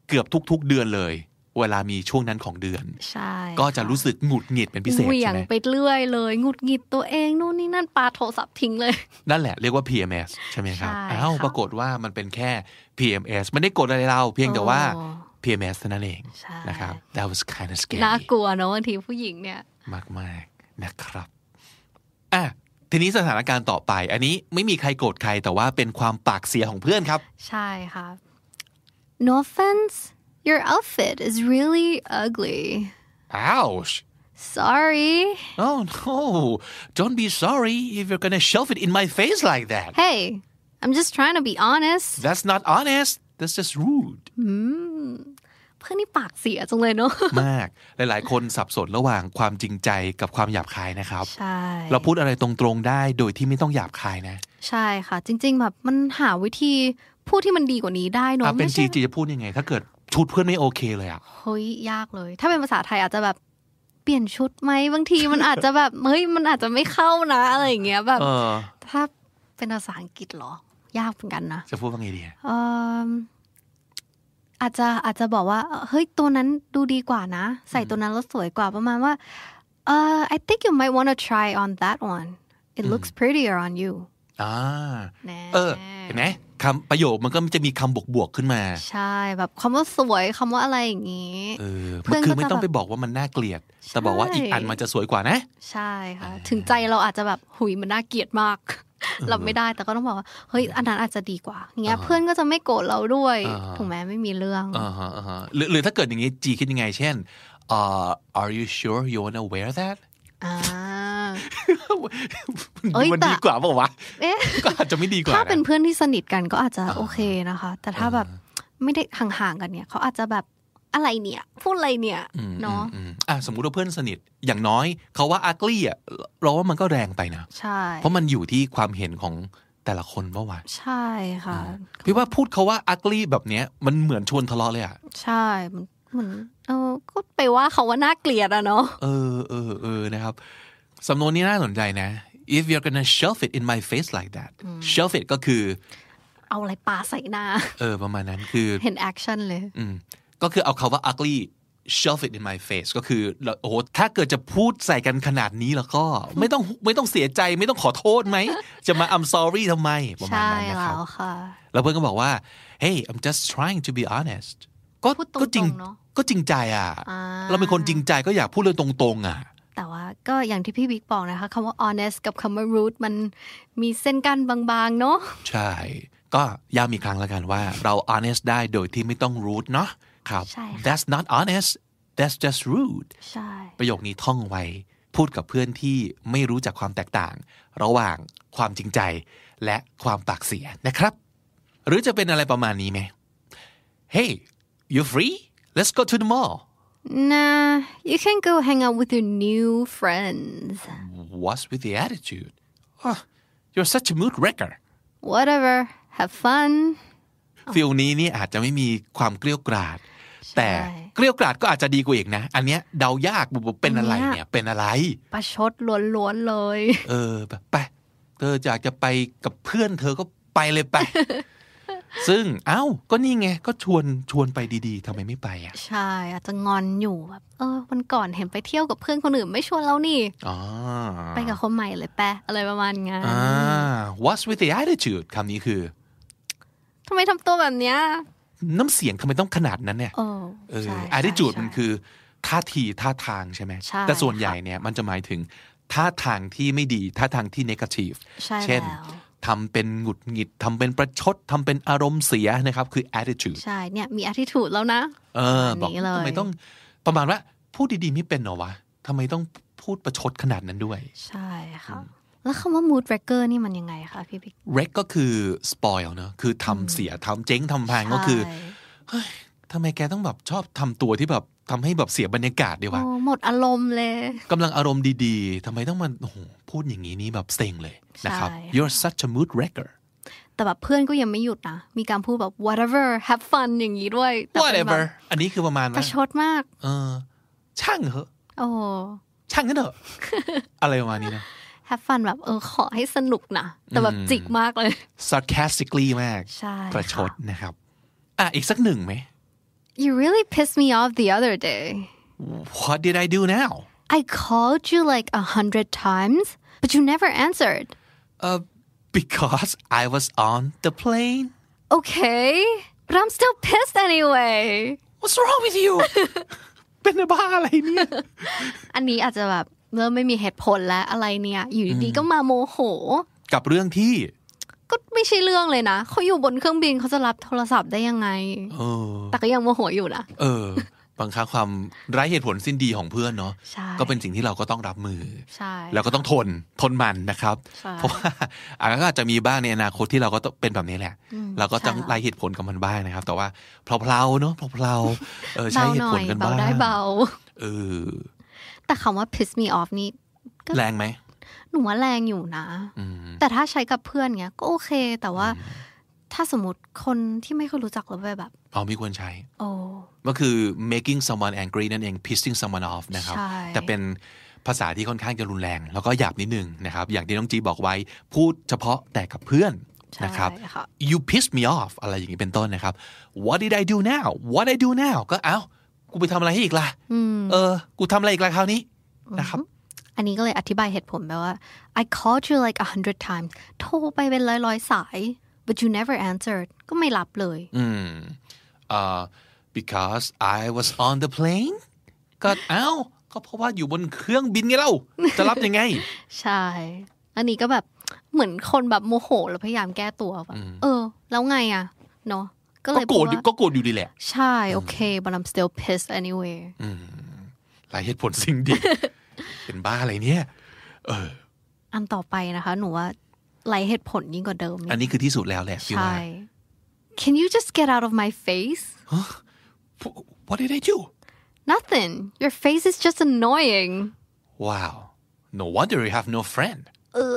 เกือบทุกๆเดือนเลย เวลามีช่วงนั้นของเดือน ใช่ ก็จะรู้สึกหงุดหงิดเป็นพิเศษ เหวี่ย ใช่ ง ไหม ไปเรื่อยเลยหงุดหงิดตัวเองนู่นนี่นั่นปาโทรศัพท์ทิ้งเลย นั่นแหละเรียกว่า PMS ใช่ไหมครับ ใช่ค่ะ อ้าวปรากฏว่ามันเป็นแค่ PMS ไม่ได้กดอะไรเรา เพียงแต่ว่า อ๋อ PMS เท่านั้นเอง ใช่ นะครับ that was kind of scary น่ากลัวเนอะบางทีผู้หญิงเนี่ย มากมากๆนะครับ อ่ะ ทีนี้สถานการณ์ต่อไป อันนี้ไม่มีใครโกรธใครแต่ว่าเป็นความปากเสียของเพื่อนครับ ใช่ค่ะ No offense your outfit is really ugly ouch sorry Oh no, don't be sorry if you're gonna shove it in my face like that. hey I'm just trying to be honest That's not honest. That's just rude. เพื่อนนี่ปากเสียจังเลยเนอะ มาก หลายๆ คนสับสนระหว่างความจริงใจกับความหยาบคายนะครับ ใช่ เราพูดอะไรตรงๆ ได้โดยที่ไม่ต้องหยาบคายนะ ใช่ค่ะ จริง ๆ แบบมันหาวิธีพูดที่มันดีกว่านี้ได้เน อ่ะ อะ เป็น ไม่ จี ใช่ จีจะพูดยังไง ถ้าเกิดชุดเพื่อนไม่โอเคเลยอ่ะ เฮ้ยยากเลย ถ้าเป็นภาษาไทยอาจจะแบบเปลี่ยนชุดไหมบางทีมันอาจจะแบบ เฮ้ยมันอาจจะไม่เข้านะอะไรอย่างเงี้ยแบบ เออ ถ้าเป็นภาษาอังกฤษเหรอ ยากเหมือนกันนะ จะพูดว่าไงดี อะ เอิ่มอาจจะอาจจะบอกว่าเอ่อเฮ้ยตัวนั้นดูดีกว่านะ ใส่ตัวนั้นแล้วสวยกว่าประมาณว่าเอ่อ I think you might want to try on that one it looks prettier on you อ่า แน่ เออ เห็นไหมคำประโยคมันก็จะมีคำบวกๆ ขึ้นมา ใช่แบบคำว่าสวยคำว่าอะไรอย่างงี้ เออ เพื่อนก็ คือไม่ต้อง จะ ไป แบบ บอกว่ามันน่าเกลียด แต่บอกว่าอีก ใช่ อันมันจะสวยกว่านะ ใช่ค่ะ ถึงใจเราอาจจะแบบหุยมันน่าเกลียดมาก รับไม่ได้แต่ก็ต้องบอกว่าเฮ้ยอันนั้นอาจจะดีกว่าอย่างเงี้ยเพื่อนก็จะไม่โกรธเราด้วย อ่า ถูกไหมไม่มีเรื่อง อ่าฮะอ่าฮะหรือหรือถ้าเกิดอย่างนี้จีคิดยังไง เช่นเอ่อ are you sure you wanna wear that อ่า มัน เอ้ย มัน แต่ ดีกว่าเปล่าวะ เอ๊ะ ก็อาจจะไม่ดีกว่า ถ้าเป็น นะ เพื่อนที่สนิทกันก็อาจจะโอเคนะคะ แต่ถ้าแบบไม่ได้ห่างๆกันเนี่ยเขาอาจจะแบบอะไรเนี่ยพูดอะไรเนี่ยเนาะ อืมอ่ะสมมุติว่าเพื่อนสนิทอย่างน้อยเขาว่า ugly อ่ะเราว่ามันก็แรงไปนะ ใช่ เพราะมันอยู่ที่ความเห็นของแต่ละคนเปล่าวะ ใช่ค่ะ พี่ว่าพูดเขาว่า ugly แบบเนี้ยมันเหมือนชวนทะเลาะเลยอ่ะ ใช่มัน เหมือนเออก็ไปว่าเขาว่าน่าเกลียดอะเนาะ เออเออเออนะครับสำนวนนี้น่าสนใจนะ if you're gonna shove it in my face like that shove it ก็คือ เอาอะไรปาใส่หน้า เออประมาณนั้นคือ เห็นแอคชั่นเลย อืมก็คือเอาคาว่า ugly shove it in my face ก็คือเราโอ้โหถ้าเกิดจะพูดใส่กันขนาดนี้แล้ว ก็ ไม่ต้องไม่ต้องเสียใจไม่ต้องขอโทษไหม จะมา I'm sorry ทำไม ประมาณ ใช่ นั้นนะครับแล้วค่ะ แล้วเพื่อนก็บอกว่า hey I'm just trying to be honest ก็ พูดตรงๆ ก็จริง เนอะ ก็จริงใจอ่ะ อ่า เราเป็นคนจริงใจก็อยากพูดเรื่องตรงๆอ่ะ แต่ว่าก็อย่างที่พี่บิ๊กบอกนะคะคำว่า honest กับคำว่า rude มันมีเส้นกั้นบางๆ เนาะ ใช่ ก็ย้ำอีกครั้งแล้วกันว่าเรา honest ได้โดยที่ไม่ต้อง rude เนาะครับ ใช่ค่ะ that's not honest that's just rude ใช่ ประโยคนี้ท่องไว้ พูดกับเพื่อนที่ไม่รู้จักความแตกต่าง ระหว่างความจริงใจ และความปากเสียนะครับ หรือจะเป็นอะไรประมาณนี้ไหม Hey you free let's go to the mall nah you can go hang out with your new friends what's with the attitude oh, you're such a mood wrecker whatever have fun ฟิลนี้นี่อาจจะไม่มีความเกลี้ยวกราด แต่เกลี้ยวกราดก็อาจจะดีกว่าอีกนะ อันเนี้ยเดายากบุบเป็นอะไรเนี่ยเป็นอะไร ประชดล้วนๆเลย เออแบบไปเธออยากจะไปกับเพื่อนเธอก็ไปเลย ไป ซึ่งเอ้าก็นี่ไง ก็ชวนชวนไปดีๆทำไมไม่ไปอ่ะ ใช่ อาจจะงอนอยู่แบบเออวันก่อนเห็นไปเที่ยวกับเพื่อนคนอื่นไม่ชวนเรานี่ อ๋อ ไปกับคนใหม่เลยแปะอะไรประมาณงั้น อ่า what's with the attitude คำนี้คือ ทำไมทำตัวแบบเนี้ย น้ำเสียงทำไมต้องขนาดนั้นเนี่ย โอ้ เออ ใช่ใช่ attitude ใช่ มันคือ ท่าทีท่าทางใช่ไหม ใช่ แต่ส่วนใหญ่เนี่ยมันจะหมายถึง ท่าทางที่ไม่ดี ท่าทางที่ negative ใช่ เช่น แล้ว ทำเป็นหงุดหงิดทำเป็นประชดทำเป็นอารมณ์เสียนะครับ คือ attitude ใช่เนี่ยมี attitude แล้วนะ เออบอก อันนี้เลย ทำไมต้องประมาณว่าพูดดีๆไม่เป็นเหรอวะทำไมต้องพูดประชดขนาดนั้นด้วย ใช่ค่ะ แล้วคำว่า mood breaker นี่มันยังไงคะพี่บิ๊ก wreck ก็คือ spoil เนอะคือทำเสียทำเจ๊งทำพังก็คือ ใช่ เฮ้ยทำไมแกต้องแบบชอบทำตัวที่แบบทำให้แบบเสียบรรยากาศดี โอ้ วะ หมดอารมณ์เลย กำลังอารมณ์ดีๆทำไมต้องมาโอ้โหพูดอย่างนี้นี่แบบเซ็งเลยนะครับ ใช่ you're such a mood wrecker แต่แบบเพื่อนก็ยังไม่หยุดนะ มีการพูดแบบ whatever have fun อย่างนี้ด้วยแต่เป็นแบบ whatever อันนี้คือประมาณ ป ว่า ระชดมาก เออช่างเหอะ โอ้ ช่างกัน เถอะ อะไรประมาณนี้นะ have fun แบบเออขอให้สนุกนะ แต่แบบจิกมากเลย sarcastically มาก ใช่ ประชด ค่ นะครับ อ่ะ อีกสักหนึ่งไหม you really pissed me off the other day What did I do now I called you like a hundred times but you never answered uh, because I was on the plane okay but I'm still pissed anyway What's wrong with you เป็นบ้าอะไรเนี่ย อันนี้อาจจะแบบเริ่มไม่มีเหตุผลแล้วอะไรเนี่ย อยู่ดีๆก็มาโมโห กับเรื่องที่ ก็ไม่ใช่เรื่องเลยนะ เขาอยู่บนเครื่องบินเขาจะรับโทรศัพท์ได้ยังไง เออ แต่ก็ยังโมโหอยู่นะ เออ บางครั้งความไร้เหตุผลสิ้นดีของเพื่อนเนาะ ใช่ ก็เป็นสิ่งที่เราก็ต้องรับมือ ใช่ แล้วก็ต้องทน ทนมันนะครับ ใช่ เพราะว่าอาจจะอาจจะมีบ้างในอนาคตที่เราก็ต้องเป็นแบบนี้แหละ อืม เราก็จะ ใช่ ไล่เหตุผลกับมันบ้างนะครับ แต่ว่าเพลาๆเนาะเพลาๆเออใช้ เบา เหตุผหน่ลอย กัน เบา บ้าง ได้เบา เออ แต่คำว่า piss me off นี่ ก็ แรงไหม หนูว่าแรงอยู่นะ อืม แต่ถ้าใช้กับเพื่อนเงี้ยก็โอเค แต่ว่า ถ้าสมมติคนที่ไม่เคยรู้จักแล้วไปแบบ เอาไม่ควรใช้ โอ้ ก็คือ making someone angry นั่นเอง pissing someone off นะครับ ใช่ แต่เป็นภาษาที่ค่อนข้างจะรุนแรง แล้วก็หยาบนิดนึงนะครับ อย่างที่น้องจีบอกไว้ พูดเฉพาะแต่กับเพื่อน ใช่ นะครับ ค่ะ you pissed me off อะไรอย่างนี้เป็นต้นนะครับ what did I do now what I do now ก็เอ้า กูไปทำอะไรให้อีกล่ะ อืม เออ กูทำอะไรอีกล่ะคราวนี้นะครับ อันนี้ก็เลยอธิบายเหตุผลไปว่า I called you like a hundred times โทรไปเป็นร้อยร้อยๆสาย but you never answered ก็ไม่รับเลย อืมเอ่อ because I was on the plane ก็เอ้า ก็เพราะว่าอยู่บนเครื่องบินไงเล่า จะรับยังไง ใช่ อันนี้ก็แบบเหมือนคนแบบโมโหแล้วพยายามแก้ตัวแบบเออ แล้วไงอะเนาะก็เล ก็ ย โกรธอ พู ยู่ ดว่า ก็โกรธอยู่ดีแหละ ใช่ โอเค but I'm still pissed anyway หลายเหตุผลสิ่งดี เป็นบ้าอะไรเนี่ย อันต่อไปนะคะ หนูว่าไรเหตุผลยิ่งกว่าเดิมอีก อันนี้คือที่สุดแล้วแหละพี่ ใช่ ว่า Can you just get out of my face What did I do Nothing Your face is just annoying Wow No wonder you have no friend เออ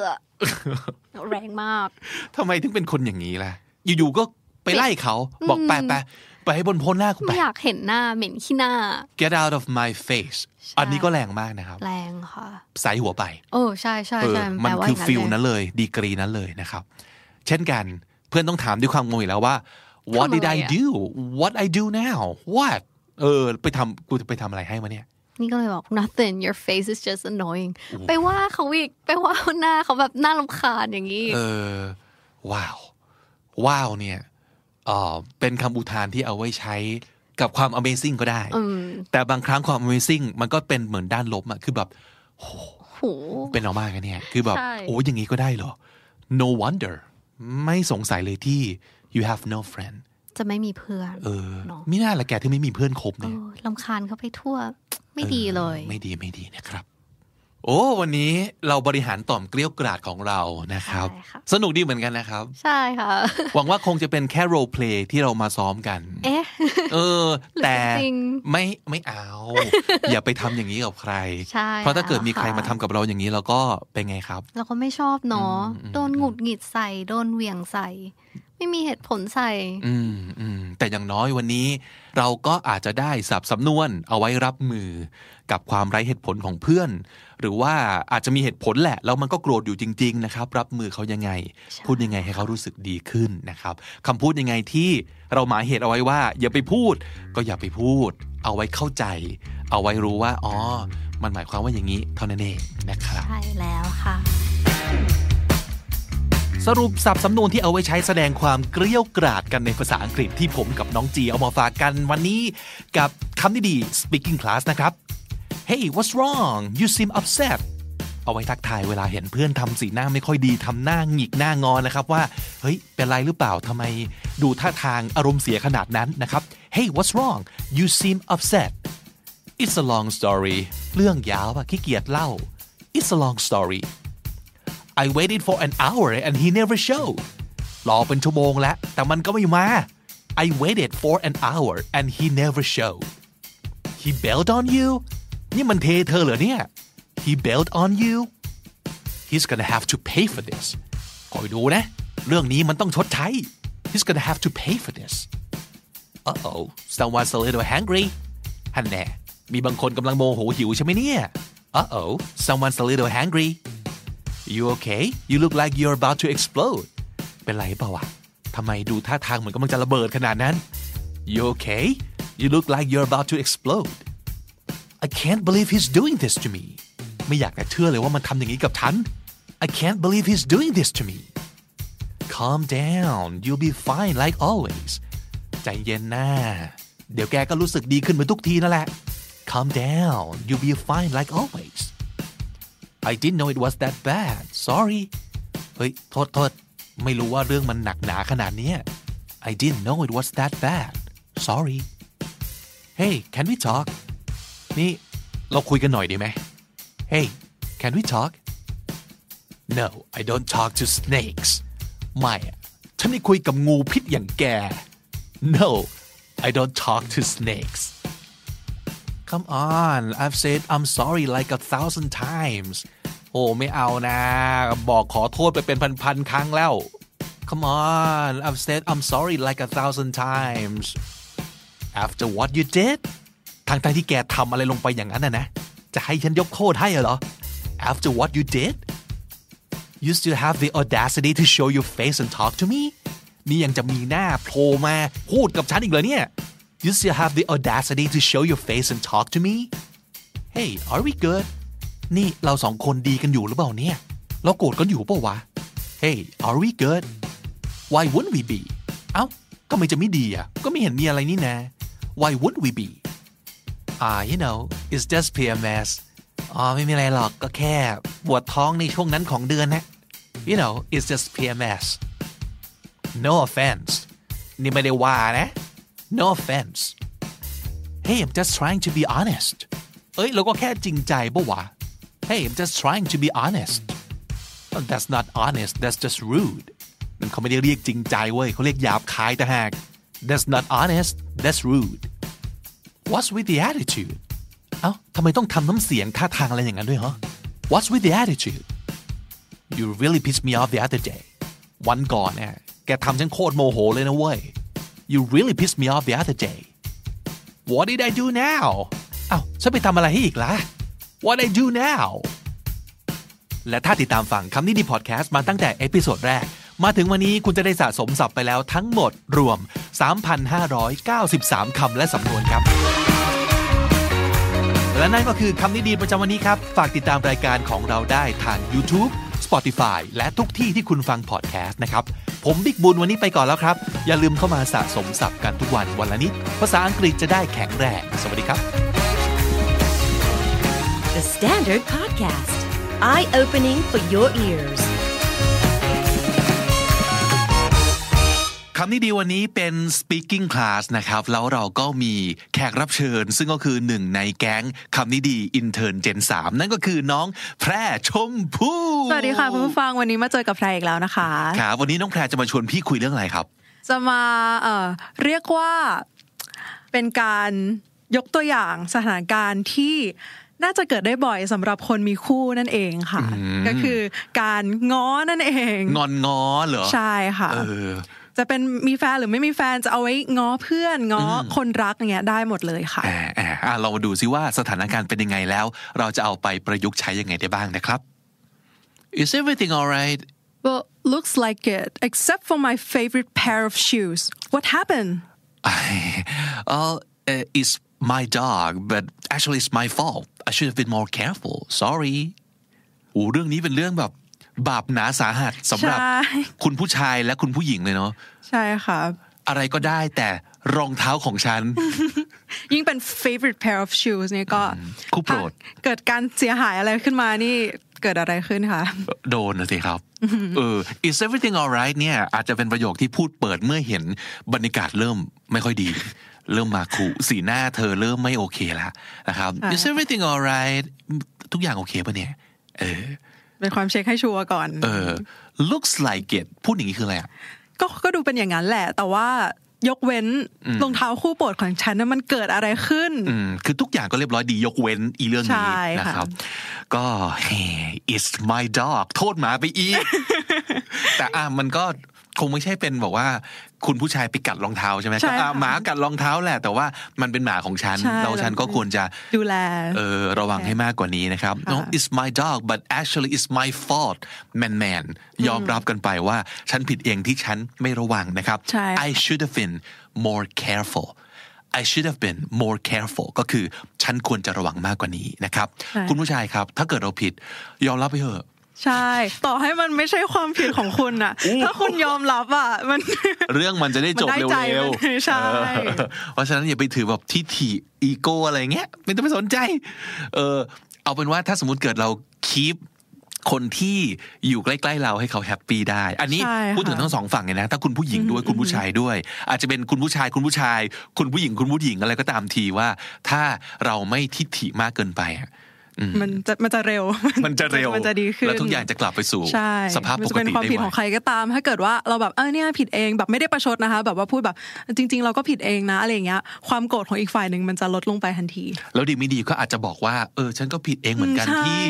แรงมาก ทำไมถึงเป็นคนอย่างนี้ล่ะ อยู่ๆก็ไปไล่เขา บอกไปไป ไปให้บนโพนหน้ากูไป ไม่อยากเห็นหน้าเหม็นขี้หน้า get out of my face อันนี้ก็แรงมากนะครับ แรงค่ะ ใส่หัวไป โอ้ใช่ใช่ เออ ใช่ มัน แปลว่า คือฟิล อย่าง นั้น เลย เลย ดีกรีนั้นเลยนะครับ เช่นกันเพื่อนต้องถามด้วยความงงอีกแล้วว่า what ทำ did อะไร I อะ do what I do now what เออ ไปทำกูจะไปทำอะไรให้มาเนี่ย นี่ก็เลยบอก nothing your face is just annoying ไปว่าเขาอีกไปว่าหน้าเขาแบบหน้ารำคาญอย่างนี้ เออ ว้าว ว้าวเนี่ยเออเป็นคำอุทานที่เอาไว้ใช้กับความ amazing ก็ได้ แต่บางครั้งความ amazing มันก็เป็นเหมือนด้านลบอะคือแบบ โห เป็นออกมากันเนี่ย คือแบบ ใช่ โอ้ยอย่างนี้ก็ได้เหรอ no wonder ไม่สงสัยเลยที่ you have no friend จะไม่มีเพื่อน เออ เนาะ ไม่น่าละแกถึงไม่มีเพื่อนคบเนี่ย โอ้รำคาญเขาไปทั่ว ไม่ดีเลย ไม่ดีไม่ดีนะครับ โอ้วันนี้เราบริหารต่อมเกลี้ยวกราดของเรานะครับ ใช่ค่ะ สนุกดีเหมือนกันนะครับ ใช่ค่ะ หวังว่าคงจะเป็นแค่ role play ที่เรามาซ้อมกัน เอ๊ะ เอ อ แต่ จริง ไม่ไม่เอา อย่าไปทำอย่างนี้กับใคร ใช่ เพราะถ้าเกิดมีใคร แล้วค่ะ มาทำกับเราอย่างนี้เราก็เป็นไงครับ เราก็ไม่ชอบเนาะโดนหงุดหงิดใส่ โดนเหวี่ยงใส่ ไม่มีเหตุผลใส่ อืมอืมแต่อย่างน้อยวันนี้ เราก็อาจจะได้สับสำนวนเอาไว้รับมือกับความไร้เหตุผลของเพื่อน หรือว่าอาจจะมีเหตุผลแหละ แล้วมันก็โกรธอยู่จริง ๆ นะครับ รับมือเขายังไง พูดยังไงให้เขารู้สึกดีขึ้นนะครับคำพูดยังไงที่เราหมายเหตุเอาไว้ว่า อย่าไปพูด ก็อย่าไปพูด เอาไว้เข้าใจ เอาไว้รู้ว่าอ๋อมันหมายความว่าอย่างนี้เท่านั้นเองนะครับ ใช่แล้วค่ะ สรุปสับสำนวนที่เอาไว้ใช้แสดงความเกลี้ยวกราดกันในภาษาอังกฤษที่ผมกับน้องจีเอามาฝากกันวันนี้กับคำดีๆ speaking class นะครับ Hey what's wrong you seem upset เอาไว้ทักทายเวลาเห็นเพื่อนทำสีหน้าไม่ค่อยดีทำหน้าหงิกหน้างอนนะครับว่า เฮ้ย เป็นไรหรือเปล่าทำไมดูท่าทางอารมณ์เสียขนาดนั้นนะครับ Hey what's wrong you seem upset It's a long story เรื่องยาวอะขี้เกียจเล่า It's a long story I waited for an hour and he never showed รอเป็นชั่วโมงแล้ว แต่มันก็ไม่มา I waited for an hour and he never showed He bailed on you นี่มันเทเธอเหรอเนี่ย He bailed on you He's gonna have to pay for this คอยดูนะ เรื่องนี้มันต้องชดใช้ He's gonna have to pay for this Uh oh someone's a little hungry ฮันแน่มีบางคนกำลังโมโหหิวใช่ไหมเนี่ย Uh oh someone's a little hungry You okay? You look like you're about to explode. เป็นไรเปล่าวะทำไมดูท่าทางเหมือนกำลังจะระเบิดขนาดนั้น You okay? You look like you're about to explode. I can't believe he's doing this to me. ไม่อยากจะเชื่อเลยว่ามันทำอย่างนี้กับฉัน I can't believe he's doing this to me. Calm down. You'll be fine like always. ใจเย็นนะเดี๋ยวแกก็รู้สึกดีขึ้นเหมือนทุกทีนั่นแหละ Calm down. You'll be fine like always. I didn't know it was that bad sorry เฮ้ย โทษโทษไม่รู้ว่าเรื่องมันหนักหนาขนาดเนี้ย I didn't know it was that bad sorry Hey can we talk นี่ เราคุยกันหน่อยดีไหม Hey can we talk No I don't talk to snakes ไม่อะฉันไม่คุยกับงูพิษอย่างแก No I don't talk to snakes Come on I've said I'm sorry like a thousand times โอ้ไม่เอานะ บอกขอโทษไปเป็นพันๆครั้งแล้ว Come on I've said I'm sorry like a thousand times after what you did ทางทที่แกทำอะไรลงไปอย่างนั้นนะนะ จะให้ฉันยกโทษให้เหรอ after what you did you still have the audacity to show your face and talk to me นี่ยังจะมีหน้าโผล่มาพูดกับฉันอีกเหรอเนี่ย you still have the audacity to show your face and talk to me hey are we good นี่เราสองคนดีกันอยู่หรือเปล่าเนี่ย เราโกรธกันอยู่เปล่าวะ hey are we good why wouldn't we be เอ้าก็ไม่จะไม่ดีอ่ะ ก็ไม่เห็นมีอะไรนี่นะ why would we be ah you know it's just PMS อ๋อไม่มีอะไรหรอกก็แค่ปวดท้องในช่วงนั้นของเดือนนะ you know it's just PMS no offense นี่ไม่ได้ว่านะ no offense hey I'm just trying to be honest เอ้ยเราก็แค่จริงใจปะวะ hey I'm just trying to be honest Oh, that's not honest that's just rude นั่นเขาไม่ได้เรียกจริงใจเว้ยเขาเรียกหยาบคายต่างหาก that's not honest that's rude what's with the attitude เอ้าทำไมต้องทำน้ำเสียงท่าทางอะไรอย่างนั้นด้วยฮะ what's with the attitude you really pissed me off the other day วันก่อนเนี่ยแกทำฉันโคตรโมโหเลยนะเว้ย you really pissed me off the other day what did I do now อ้าวฉันไปทำอะไรให้อีกล่ะ what I do now และถ้าติดตามฟังคำนี้ดีพอดแคสต์มาตั้งแต่เอพิโซดแรก มาถึงวันนี้คุณจะได้สะสมศัพท์ไปแล้วทั้งหมดรวม 3,593 คำและสำนวนครับ และนั่นก็คือคำนี้ดีประจำวันนี้ครับ ฝากติดตามรายการของเราได้ทาง YouTube Spotify และทุกที่ที่คุณฟังพอดแคสต์นะครับ ผมบิ๊กบุญวันนี้ไปก่อนแล้วครับ อย่าลืมเข้ามาสะสมศัพท์กันทุกวันวันละนิด ภาษาอังกฤษจะได้แข็งแรง สวัสดีครับ The Standard Podcast, eye opening for your ears. คำนี้ดีวันนี้เป็น speaking class นะครับ แล้วเราก็มีแขกรับเชิญ ซึ่งก็คือหนึ่งในแก๊งคำนี้ดี intern Gen 3 นั่นก็คือน้องแพรชมพู่ สวัสดีค่ะคุณผู้ฟังวันนี้มาเจอกับแพรอีกแล้วนะคะ ครับวันนี้น้องแพรจะมาชวนพี่คุยเรื่องอะไรครับ จะมาเอ่อเรียกว่าเป็นการยกตัวอย่างสถานการณ์ที่น่าจะเกิดได้บ่อยสำหรับคนมีคู่นั่นเองค่ะ ก็คือการง้อนั่นเอง งอนงอเหรอ ใช่ค่ะ เออ จะเป็นมีแฟนหรือไม่มีแฟนจะเอาไว้ง้อเพื่อนง้ออคนรักอย่างเงี้ยได้หมดเลยค่ะ แอบแอบอ่ะเรามาดูซิว่าสถานการณ์เป็นยังไงแล้ว เราจะเอาไปประยุกต์ใช้ยังไงได้บ้างนะครับ Is everything alright Well looks like it except for my favorite pair of shoes what happened well, uh, it's my dog, but actually it's my fault. I should have been more careful. Sorry. โอ้เรื่องนี้เป็นเรื่องแบบบาปหนาสาหัสสำหรับ ใช่ คุณผู้ชายและคุณผู้หญิงเลยเนาะ ใช่ค่ะ อะไรก็ได้แต่รองเท้าของ ฉัน ยิ่งเป็น favorite pair of shoes เนี่ยก็ คู่โปรด ถ้าเกิดการเสียหายอะไรขึ้นมานี่เกิดอะไรขึ้นคะ โดนนะสิครับเออ is everything alright เนี่ย อาจจะเป็นประโยคที่พูดเปิดเมื่อเห็นบรรยากาศเริ่มไม่ค่อยดี เริ่มมาขู่สีหน้าเธอเริ่มไม่โอเคแล้วนะครับ is everything alright ทุกอย่างโอเคปะเนี่ย เออ เป็นความเช็คให้ชัวร์ก่อน เออ looks like it พูดอย่างนี้คืออะไรอ่ะ ก็ก็ดูเป็นอย่างนั้นแหละ แต่ว่ายกเว้นรองเท้าคู่โปรดของฉันนั้นมันเกิดอะไรขึ้น อืม คือทุกอย่างก็เรียบร้อยดียกเว้นอีเรื่องนี้ ใช่ค่ะ นะครับ ก็เฮ้ it's my dog โทษหมาไปอีก แต่อ่ะมันก็คงไม่ใช่เป็นบอกว่า คุณผู้ชายไปกัดรองเท้าใช่ไหม ใช่ ก็อ่ะ ค่ะ หมากัดรองเท้าแหละ แต่ว่ามันเป็นหมาของฉัน ใช่ แล้วฉันก็ควรจะ ดูแล เออระวังให้มากกว่านี้นะครับ no it's my dog but actually it's my fault man man ยอมรับกันไปว่า ฉันผิดเองที่ฉันไม่ระวังนะครับ ใช่ค่ะ I should have been more careful I should have been more careful ก็คือฉันควรจะระวังมากกว่านี้นะครับ ใช่ คุณผู้ชายครับ ถ้าเกิดเราผิด ยอมรับไปเถอะ ใช่ ต่อให้มันไม่ใช่ความผิดของคุณอะถ้าคุณยอมรับอะมัน เรื่องมันจะได้จบ มันได้ เร็ ใจ ว มัน ๆ ใช่ เออ เพราะฉะนั้นอย่าไปถือแบบทิฐิอีโก้อะไรเงี้ย ไม่ต้องไปสนใจ เออ เอาเป็นว่าถ้าสมมติเกิดเราคีปคนที่อยู่ใกล้ๆเราให้เขาแฮปปี้ได้ อันนี้ ใช่ค่ะ พูดถึงทั้งสองฝั่งเลยนะ ถ้าคุณผู้หญิงด้วยคุณผู้ชายด้วย อาจจะเป็นคุณผู้ชายคุณผู้ชาย คุณผู้หญิงคุณผู้หญิงอะไรก็ตามทีว่า ถ้าเราไม่ทิฐิมากเกินไปอะ มันจะมันจะเร็ว มันจะเร็ว มันจะดีขึ้น แล้วทุกอย่างจะกลับไปสู่ ใช่ สภาพ มัปนจะ ก เป็น ติ ความ ได้ ผิด ไว ของใครก็ตาม ถ้าเกิดว่าเราแบบเออเนี่ยผิดเองแบบไม่ได้ประชดนะคะ แบบว่าพูดแบบจริง ๆ เราก็ผิดเองนะอะไรอย่างเงี้ยความโกรธของอีกฝ่ายหนึ่งมันจะลดลงไปทันที แล้วดีไม่ดีก็อาจจะบอกว่าเออฉันก็ผิดเองเหมือนกัน อืมใช่ ที่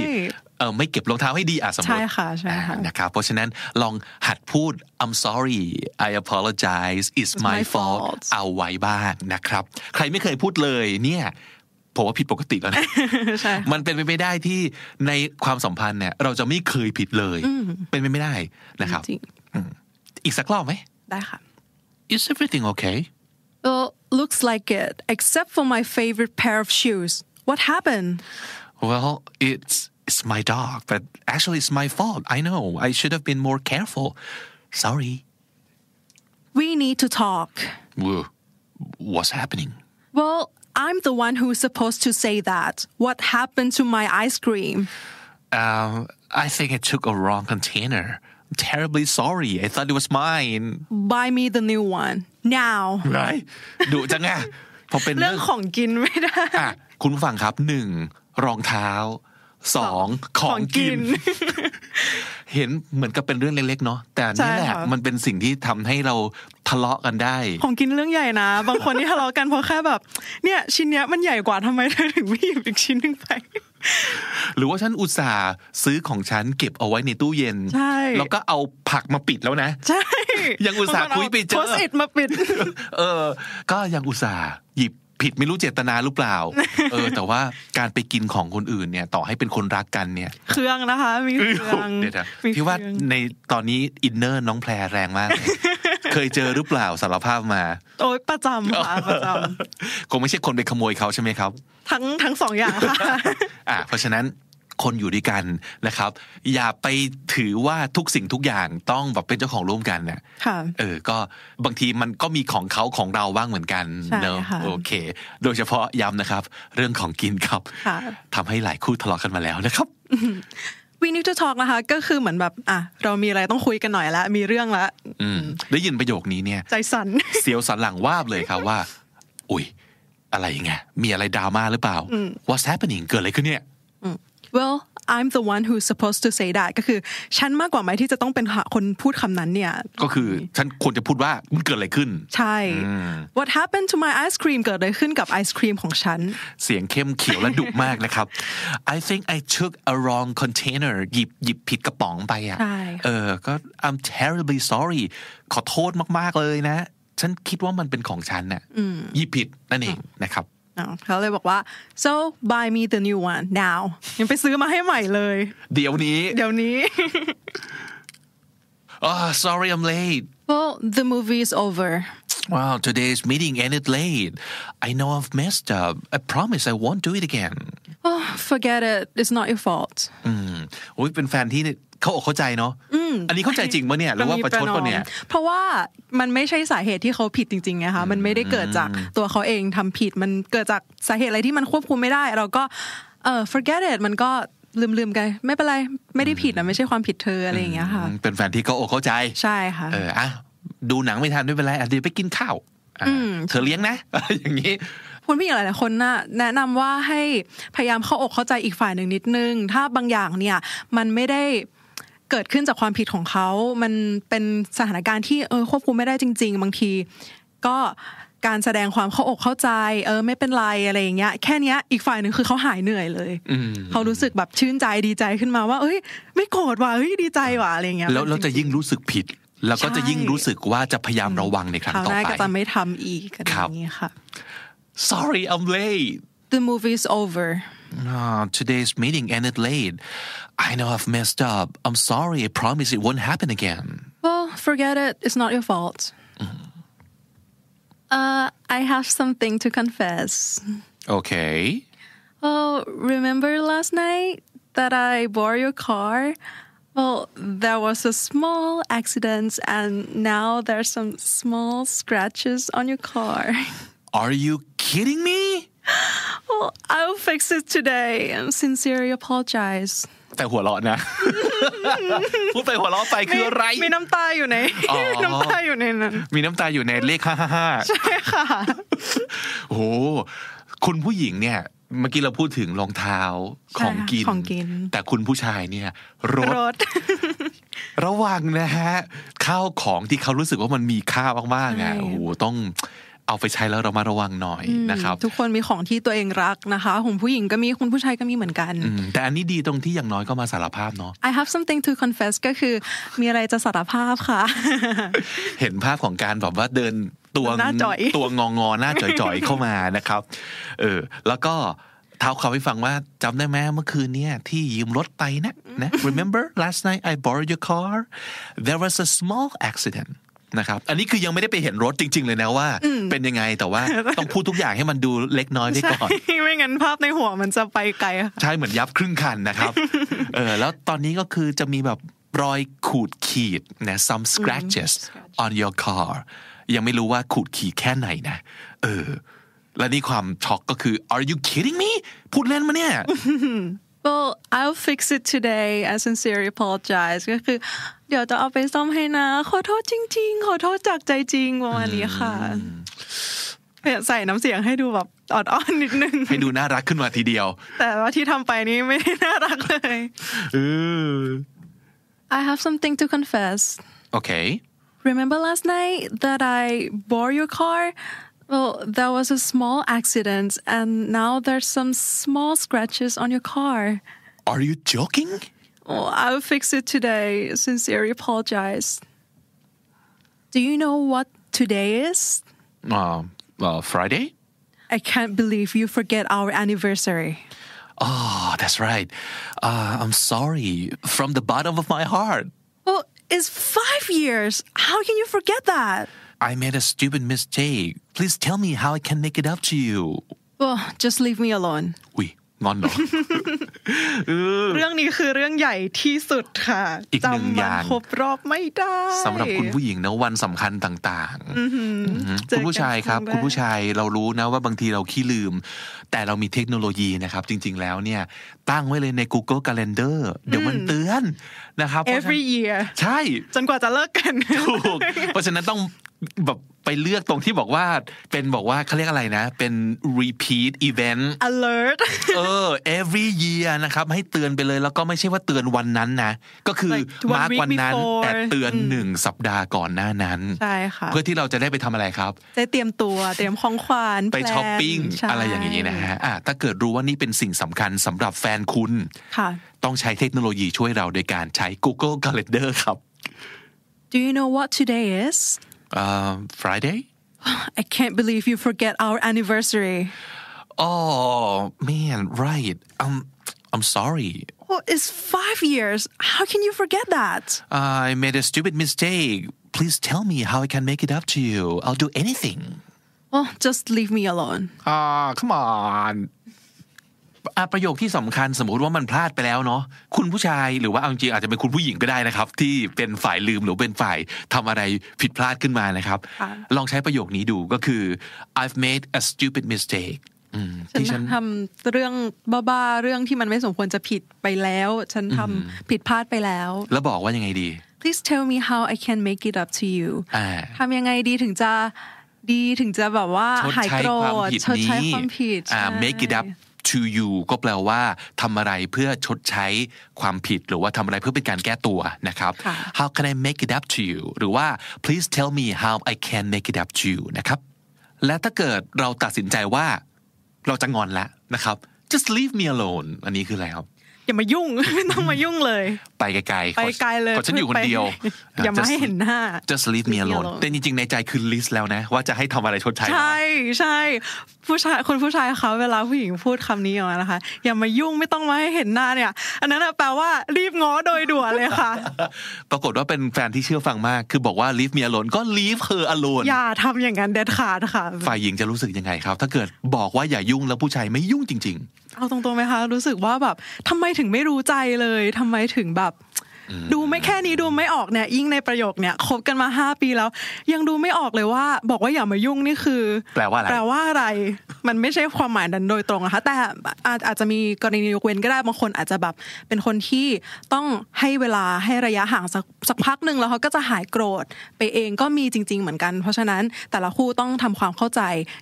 เออไม่เก็บรองเท้าให้ดีอ่ะสมมติ ใช่ค่ะใช่ค่ะ อ่านะครับเพราะฉะนั้นลองหัดพูด I'm sorry I apologize it's my my fault fault เอาไว้บ้างนะครับ ใครไม่เคยพูดเลยเนี่ยผมว่าผิดปกติแล้วนะ ใช่ค่ะ มันเป็นไปไม่ได้ที่ในความสัมพันธ์เนี่ยเราจะไม่เคยผิดเลย เป็นไปไม่ได้นะครับ จริง อืมอีกสักรอบไหม ได้ค่ะ Is everything okay Well looks like it except for my favorite pair of shoes what happened Well, it's it's my dog, but actually it's my fault. I know. I should have been more careful. Sorry. we need to talk Whoa. What's happening? well I'm the one who's supposed to say that what happened to my ice cream Um, I think I took a wrong container. I'm terribly sorry. I thought it was mine. buy me the new one now Right? ดุจังอะพอเป็น เรื่องของกินไม่ได้ อ่ะคุณผู้ฟังครับหนึ่งรองเท้าสองของกิน ของกิน เห็นเหมือนกับเป็นเรื่องเล็กๆเนาะแต่นี่แห ใช่ ละ ค่ะ มันเป็นสิ่งที่ทำให้เราทะเลาะกันได้ ของกินเรื่องใหญ่นะ บางคนที่ทะเลาะกันเพราะแค่แบบ เนี่ยชิ้นเนี้ยมันใหญ่กว่าทำไมเธอถึงไม่หยิบอีกชิ้นหนึ่งไป หรือว่าฉันอุตส่าห์ซื้อของฉันเก็บเอาไว้ในตู้เย็น ใช่ แล้วก็เอาผักมาปิดแล้วนะ ใช่ ยังอุตส่าห์คุยไปเจอ โพสต์อิดมาปิด เออ ก็ยังอุตส่าห์หยิบผิดไม่รู้เจตนาหรือเป ล่า เออ แต่ว่าการไปกินของคนอื่นเนี่ย ต่อให้เป็นคนรักกันเนี่ย เครื่องนะคะ มีเครื่อง เดี๋ยวนะ มี พี่ว่า เครื่อง ในตอนนี้อินเนอร์น้องแพรแรง มากเลยเคยเจอหรือเปล่าสารภาพมา โอ้ยประจำค่ะประจ คงไม่ใช่คนไปขโมยเขาใช่ไหมครับ ำทั้งทั้งสองอย่างค่ะ อ่ะเพราะฉะนั้นคนอยู่ด้วยกันนะครับ อย่าไปถือว่าทุกสิ่งทุกอย่างต้องแบบเป็นเจ้าของร่วมกันเนี่ย ค่ะ เออ ก็บางทีมันก็มีของเขาของเราบ้างเหมือนกัน ใช่ เนอะ ค่ะ โอเค โดยเฉพาะย้ำนะครับ เรื่องของกินครับ ค่ะ ทำให้หลายคู่ทะเลาะกันมาแล้วนะครับ We need to talk นะคะ ก็คือเหมือนแบบ อ่ะ เรามีอะไรต้องคุยกันหน่อยละ มีเรื่องละ อืม ได้ยินประโยคนี้เนี่ย ใจสั่น เสียวสันหลังวาบเลยครับว่า อุ้ย อะไรไงมีอะไรดราม่าหรือเปล่า What's happening เกิดอะไรขึ้นเนี่ย well I'm the one who's supposed to say that ก็คือ ฉันมากกว่าไหมที่จะต้องเป็นคนพูดคำนั้นเนี่ย ก็คือฉันควรจะพูดว่ามันเกิดอะไรขึ้น ใช่ What happened to my ice cream เกิดอะไรขึ้นกับไอศครีมของฉัน เสียงเข้มเขียวและดุมากนะครับ I think I took a wrong container หยิบหยิบผิดกระป๋องไปอ่ะ ใช่ เออ ก็ I'm terribly sorry ขอโทษมาก ๆ เลยนะ ฉันคิดว่ามันเป็นของฉันน่ะหยิบผิดนั่นเองนะครับ อ้าวเขาเลยบอกว่า so buy me the new one now ยังไปซื้อมาให้ใหม่เลย เดี๋ยวนี้ เดี๋ยวนี้ oh sorry I'm late well the movie is over wow today's meeting ended late I know I've messed up I promise I won't do it again oh forget it it's not your fault โอ้ยเป็นแฟนที่เขาอกเข้าใจเนาะอันนี้เข้าใจจริงปะเนี่ยหรือว่าประชดปะเนี่ย เพราะว่ามันไม่ใช่สาเหตุที่เขาผิดจริงๆไงคะมันไม่ได้เกิดจากตัวเขาเองทำผิด มันเกิดจากสาเหตุอะไรที่มันควบคุมไม่ได้ เราก็เออ forget it มันก็ลืมๆกัน ไม่เป็นไร ไม่ได้ผิดนะไม่ใช่ความผิดเธออะไรอย่างเงี้ยค่ะ เป็นแฟนที่เขาอกเข้าใจ ใช่ค่ะ เอออ่ะดูหนังไม่ทันไม่เป็นไรอ่ะเดี๋ยวไปกินข้าวอ่ะเธอเลี้ยงนะ อย่างนี้ คุณผู้หญิงหลายๆคนน่ะแนะนำว่าให้พยายามเข้าอกเข้าใจอีกฝ่ายหนึ่งนิดนึง ถ้าบางอย่างเนี่ยมันไม่ได้เกิดขึ้นจากความผิดของเขา มันเป็นสถานการณ์ที่เออควบคุมไม่ได้จริง ๆ บางที ก็การแสดงความเข้าอกเข้าใจ เออไม่เป็นไรอะไรอย่างเงี้ยแค่เนี้ยอีกฝ่ายหนึ่งคือเขาหายเหนื่อยเลยเขารู้สึกแบบชื่นใจดีใจขึ้นมาว่า เอ้ย ไม่โกรธว่ะเอ้ยดีใจว่ะอะไรอย่างเงี้ย แล้วเราจะยิ่งรู้สึกผิด แล้วก็จะยิ่งรู้สึกว่าจะพยายามระวังในครั้ง คราว ต่ ห อ น้า ไป ก็จะไม่ทำอีกอะไรอ ครับ ย่างเงี้ยค่ะ Sorry I'm late The movie is over Ah, today's meeting ended late I know I've messed up I'm sorry I promise it won't happen again Well, forget it. It's not your fault. Uh, I have something to confess. Okay Well, remember last night that I borrowed your car? Well, there was a small accident, and now there's some small scratches on your car. Are you kidding me Well, I'll fix it today and sincerely apologize. แต่หัวเราะนะ พูดไปหัวเราะไปคืออะไร มีน้ำตาอยู่ใน อ๋อ น้ำตาอยู่ในนั้น มีน้ำตาอยู่ในเลขห้าห้าห้าใช่ค่ะ eh. โอ้โหคุณผู้หญิงเนี่ย เมื่อกี้เราพูดถึงรองเท้าของกิน ของกิน แต่คุณผู้ชายเนี่ย รถ รถ ระวังนะฮะข้าวของที่เขารู้สึกว่ามันมีค่ามากๆอ่ะ ใช่ โอ้โหต้องเอาไปใช้แล้วเรามาระวังหน่อยนะครับ ทุกคนมีของที่ตัวเองรักนะคะ ของผู้หญิงก็มีคุณผู้ชายก็มีเหมือนกัน อืมแต่อันนี้ดีตรงที่อย่างน้อยก็มาสารภาพเนาะ I have something to confess ก็คือมีอะไรจะสารภาพค่ะ เห็นภาพของการแบบว่าเดินตัว หน้าจ่อย ตัวงองอๆหน้าจ่อยๆ เข้ามานะครับ เออ แล้วก็เท้าเขาให้ฟังว่าจำได้ไหมเมื่อคืนเนี่ยที่ยืมรถไปนะ นะ remember last night I borrowed your car there was a small accident นะครับ อันนี้คือยังไม่ได้ไปเห็นรถจริง ๆ เลยนะว่า เป็นยังไงแต่ว่าต้องพูดทุกอย่างให้มันดูเล็กน้อยไป ใช่ ก่อน ไม่งั้นภาพในหัวมันจะไปไกลค่ะ ใช่เหมือนยับครึ่งคันนะครับ เออแล้วตอนนี้ก็คือจะมีแบบรอยขูดขีดนะ some scratches on your car ยังไม่รู้ว่าขูดขีดแค่ไหนนะ เออ และนี่ความช็อกก็คือ are you kidding me พูดเล่นมาเนี่ย Well I'll fix it today I sincerely apologize ก็คือ เดี๋ยวจะเอาไปซ่อมให้นะ ขอโทษจริง ๆ ขอโทษจากใจจริงประมาณนี้ค่ะเนี่ยใส่น้ำเสียงให้ดูแบบอ่อนๆนิดนึง ให้ดูน่ารักขึ้นมาทีเดียว แต่ว่าที่ทำไปนี้ไม่ได้น่ารักเลย เออ I have something to confess. Okay. Remember last night that I borrowed your car? Well, there was a small accident, and now there's some small scratches on your car. Are you joking? Well, I'll fix it today. Sincerely apologize. Do you know what today is? Um, well, Friday? I can't believe you forget our anniversary. Oh, that's right. Uh, I'm sorry from the bottom of my heart. Well, it's five years. How can you forget that? I made a stupid mistake. Please tell me how I can make it up to you. Well, just leave me alone. อุ้ยงอนเหรอ เรื่องนี้คือเรื่องใหญ่ที่สุดค่ะ อีกหนึ่งอจำวัน ย่าง ครบรอบไม่ได้ สำหรับคุณผู้หญิงนะวันสำคัญต่างๆ เจอ คุ กัน ณผู้ชายครับ งแก คุณผู้ชายเรารู้นะว่าบางทีเราขี้ลืม แต่เรามีเทคโนโลยีนะครับ จริง ๆ แล้วเนี่ย ตั้งไว้เลยใน Google Calendar เดี๋ยวมันเตือนนะครับเพราะฉะ every นั้น year ใช่ จนกว่าจะเลิกกัน ถูกเพราะฉะนั้นต้องแบบไปเลือกตรงที่บอกว่าเป็นบอกว่าเขาเรียกอะไรนะ เป็น repeat event alert เออ every year นะครับ ให้เตือนไปเลยแล้วก็ไม่ใช่ว่าเตือนวันนั้นนะ ก็คือ Like one มาร์ก week วันนั้น before แต่เตือนหนึ่งสัปดาห์ก่อนหน้านั้น ใช่ค่ะ เพื่อที่เราจะได้ไปทำอะไรครับ จะเตรียมตัวเตรียมของขวัญ ไปช้อปปิ้ง ใช่ อะไรอย่างนี้นะฮะอ่ะถ้าเกิดรู้ว่านี่เป็นสิ่งสำคัญสำหรับแฟนคุณ ค่ะ ต้องใช้เทคโนโลยีช่วยเราโดยการใช้ Google Calendar ครับ Do you know what today is เอ่อ Friday I can't believe you forget our anniversary oh man right um I'm sorry Well, it's five years. How can you forget that? I made a stupid mistake please tell me how I can make it up to you I'll do anything Well, just leave me alone. อ่า come on อ่ะประโยคที่สำคัญสมมติว่ามันพลาดไปแล้วเนาะคุณผู้ชายหรือว่าเอาจริงอาจจะเป็นคุณผู้หญิงก็ได้นะครับ ที่เป็นฝ่ายลืมหรือเป็นฝ่ายทำอะไรผิดพลาดขึ้นมานะครับ ลองใช้ประโยคนี้ดูก็คือ I've made a stupid mistake อืม ฉัน ที่ฉัน ทำเรื่องบ้าๆเรื่องที่มันไม่สมควรจะผิดไปแล้ว ฉันทำผิดพลาดไปแล้ว แล้วบอกว่ายังไงดี Please tell me how I can make it up to you อ่า ทำยังไงดีถึงจะดีถึงจะแบบว่า ชด หาย ใช้ โกร ความ ธ ผิด ชด นี้ ใช้ความผิด อ่า ใช่ make it up to you ก็แปลว่าทำอะไรเพื่อชดใช้ความผิดหรือว่าทำอะไรเพื่อเป็นการแก้ตัวนะครับ ค่ะ How can I make it up to you หรือว่า please tell me how I can make it up to you นะครับ และถ้าเกิดเราตัดสินใจว่า เราจะงอนแล้วนะครับ just leave me alone อันนี้คืออะไรครับ อย่ามายุ่ง ไม่ต้องมายุ่งเลย ไปไกลๆ ไปไกลเลย ขอฉันอยู่คนเดียว ไป อย่ามาให้เห็นหน้า just leave me Leave me alone alone แต่จริงๆในใจคือ list แล้วนะ ว่าจะให้ทำอะไรชดใช้ ใช่ใช่ผู้ชายคนผู้ชายเขาเวลาผู้หญิงพูดคำนี้ออกมานะคะ อย่ามายุ่งไม่ต้องมาให้เห็นหน้าเนี่ย อันนั้นนะแปลว่ารีบง้อโดยด่วนเลยค่ะ ปรากฏว่าเป็นแฟนที่เชื่อฟังมาก คือบอกว่า leave me alone ก็ leave her alone อย่าทำอย่างนั้นเด็ดขาดค่ะ ฝ่ายหญิงจะรู้สึกยังไงครับ ถ้าเกิดบอกว่าอย่ายุ่งแล้วผู้ชายไม่ยุ่งจริง เอาตรงๆไหมคะ รู้สึกว่าแบบทำไมถึงไม่รู้ใจเลยทำไมถึงแบบ ดูไม่แค่นี้ดูไม่ออกเนี่ย ยิ่งในประโยคเนี่ยคบกันมาห้าปีแล้ว ยังดูไม่ออกเลยว่า บอกว่าอย่ามายุ่งนี่คือ แปลว่าอะไร แปลว่าอะไร มันไม่ใช่ความหมายนั้นโดยตรงนะคะ แต่อาจอาจจะมีกรณียกเว้นก็ได้บางคนอาจจะแบบเป็นคนที่ต้องให้เวลาให้ระยะห่างสักสักพักหนึ่งแล้วเขาก็จะหายโกรธไปเองก็มีจริง ๆ เหมือนกัน เพราะฉะนั้นแต่ละคู่ต้องทำความเข้าใจ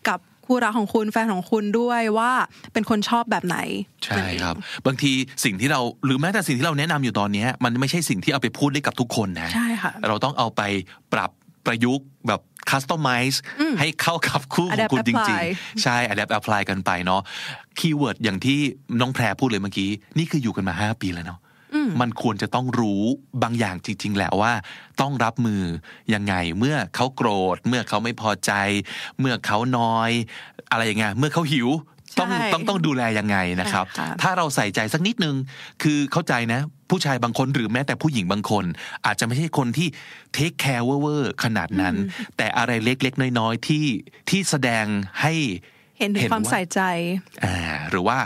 กับคู่รักของคุณแฟนของคุณด้วยว่าเป็นคนชอบแบบไหน ๆ ใช่ครับ บางทีสิ่งที่เราหรือแม้แต่สิ่งที่เราแนะนำอยู่ตอนเนี้ยมันไม่ใช่สิ่งที่เอาไปพูดได้กับทุกคนนะ ใช่ค่ะ เราต้องเอาไปปรับประยุกต์แบบ customize ให้เข้ากับคู่ของ Adapt คุณจริง apply ๆ ใช่ adapt apply กันไปเนาะคีย์เวิร์ดอย่างที่น้องแพรพูดเลยเมื่อกี้ นี่คืออยู่กันมา 5 ปีแล้วเนาะมันควรจะต้องรู้บางอย่างจริง ๆ แหละว่า ต้องรับมือยังไงเมื่อเขาโกรธ เมื่อเขาไม่พอใจ เมื่อเขานอย อะไรอย่างเงี้ยเมื่อเขาหิวต้อง ใช่ ต้องต้องดูแลยังไงนะครับ ใช่ค่ะ ถ้าเราใส่ใจสักนิดนึง คือเข้าใจนะ ผู้ชายบางคนหรือแม้แต่ผู้หญิงบางคน อาจจะไม่ใช่คนที่เทคแคร์เวอร์ๆขนาดนั้น แต่อะไรเล็กๆ น้อยๆ ที่ที่แสดงให้ เห็นถึงความใส่ใจ อ่าหรือว่า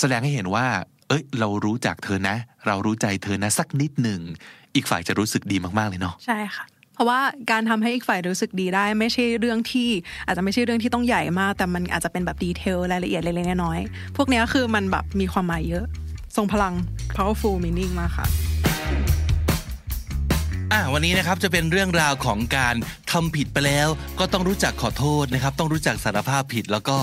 แสดงให้เห็นว่า เอ้ย เรารู้จักเธอนะ เรารู้ใจเธอนะ สักนิดหนึ่ง อีกฝ่ายจะรู้สึกดีมากๆเลยเนาะ ใช่ค่ะ เพราะว่าการทำให้อีกฝ่ายรู้สึกดีได้ไม่ใช่เรื่องที่ อาจจะไม่ใช่เรื่องที่ต้องใหญ่มาก แต่มันอาจจะเป็นแบบดีเทลรายละเอียดเล็กๆน้อยๆพวกเนี้ยคือมันแบบมีความหมายเยอะ ทรงพลัง powerful meaning มากค่ะ อ่ะวันนี้นะครับจะเป็นเรื่องราวของการทำผิดไปแล้ว ก็ต้องรู้จักขอโทษนะครับ ต้องรู้จักสารภาพผิดแล้วก็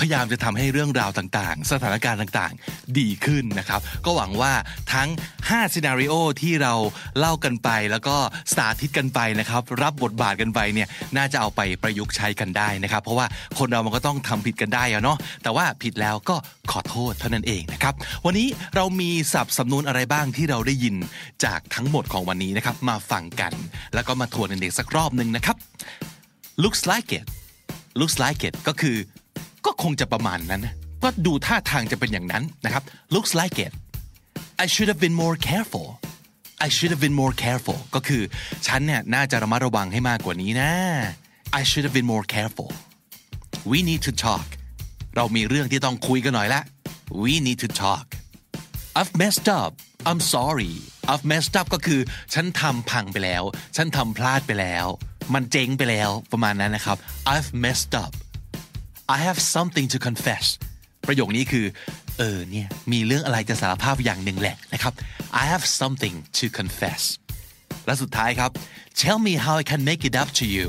พยายามจะทำให้เรื่องราวต่างๆ สถานการณ์ต่างๆ ดีขึ้นนะครับ ก็หวังว่าทั้ง5ซีนารีโอที่เราเล่ากันไปแล้วก็สาธิตกันไปนะครับ รับบทบาทกันไปเนี่ยน่าจะเอาไปประยุกต์ใช้กันได้นะครับ เพราะว่าคนเรามันก็ต้องทำผิดกันได้อะเนาะแต่ว่าผิดแล้วก็ขอโทษเท่านั้นเองนะครับ วันนี้เรามีศัพท์สำนวนอะไรบ้างที่เราได้ยินจากทั้งหมดของวันนี้นะครับ มาฟังกัน แล้วก็มาทวนกันอีกสักรอบหนึ่งนะครับ looks like it looks like it ก็คือ ก็คงจะประมาณนั้นนะก็ดูท่าทางจะเป็นอย่างนั้นนะครับ looks like it I should have been more careful I should have been more careful ก็คือ ฉันเนี่ยน่าจะระมัดระวังให้มากกว่านี้นะ I should have been more careful we need to talk เรามีเรื่องที่ต้องคุยกันหน่อยละ we need to talk I've messed up I'm sorry I've messed up ก็คือ ฉันทำพังไปแล้ว ฉันทำพลาดไปแล้ว มันเจ๊งไปแล้วประมาณนั้นนะครับ I've messed up I have something to confess ประโยคนี้คือ เออเนี่ย มีเรื่องอะไรจะสารภาพอย่างหนึ่งแหละนะครับ I have something to confess และสุดท้ายครับ Tell me how I can make it up to you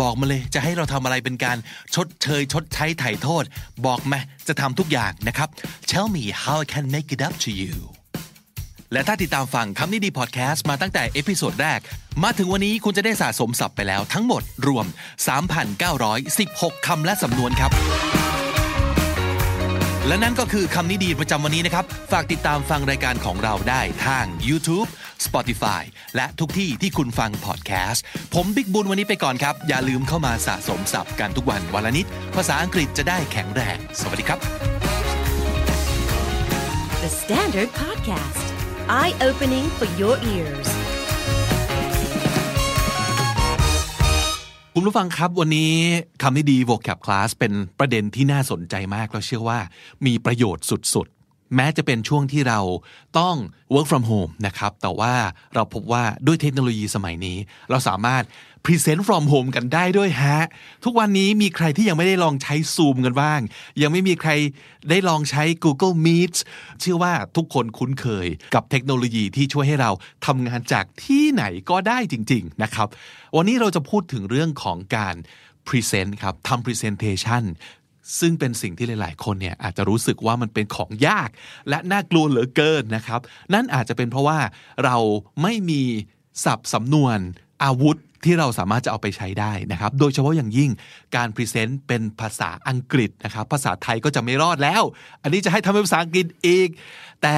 บอกมาเลยจะให้เราทำอะไรเป็นการชดเชยชดใช้ไถ่โทษ บอกมาจะทำทุกอย่างนะครับ Tell me how I can make it up to you และถ้าติดตามฟังคำนี้ดีพอดแคสต์มาตั้งแต่เอพิโซดแรก มาถึงวันนี้คุณจะได้สะสมศัพท์ไปแล้วทั้งหมดรวม 3,916 คำและสำนวนครับ และนั่นก็คือคำนี้ดีประจำวันนี้นะครับ ฝากติดตามฟังรายการของเราได้ทาง YouTube Spotify และทุกที่ที่คุณฟังพอดแคสต์ ผมบิ๊กบุญวันนี้ไปก่อนครับ อย่าลืมเข้ามาสะสมศัพท์กันทุกวันวันละนิด ภาษาอังกฤษจะได้แข็งแรง สวัสดีครับ The Standard Podcast, eye opening for your ears. คุณผู้ฟังครับวันนี้คำนี้ดี vocab class เป็นประเด็นที่น่าสนใจมากแล้วเชื่อว่ามีประโยชน์สุดๆ แม้จะเป็นช่วงที่เราต้อง work from home นะครับ แต่ว่าเราพบว่าด้วยเทคโนโลยีสมัยนี้ เราสามารถ present from home กันได้ด้วยฮะ ทุกวันนี้มีใครที่ยังไม่ได้ลองใช้ Zoom กันบ้าง ยังไม่มีใครได้ลองใช้ Google Meet เชื่อว่าทุกคนคุ้นเคยกับเทคโนโลยีที่ช่วยให้เราทำงานจากที่ไหนก็ได้จริง ๆ นะครับ วันนี้เราจะพูดถึงเรื่องของการ present ครับทำ presentation ซึ่งเป็นสิ่งที่หลาย ๆ คนเนี่ยอาจจะรู้สึกว่ามันเป็นของยาก และน่ากลัวเหลือเกินนะครับ นั่นอาจจะเป็นเพราะว่าเราไม่มีศัพท์สำนวนอาวุธที่เราสามารถจะเอาไปใช้ได้นะครับ โดยเฉพาะอย่างยิ่งการพรีเซนต์เป็นภาษาอังกฤษนะครับ ภาษาไทยก็จะไม่รอดแล้ว อันนี้จะให้ทำเป็นภาษาอังกฤษอีก แต่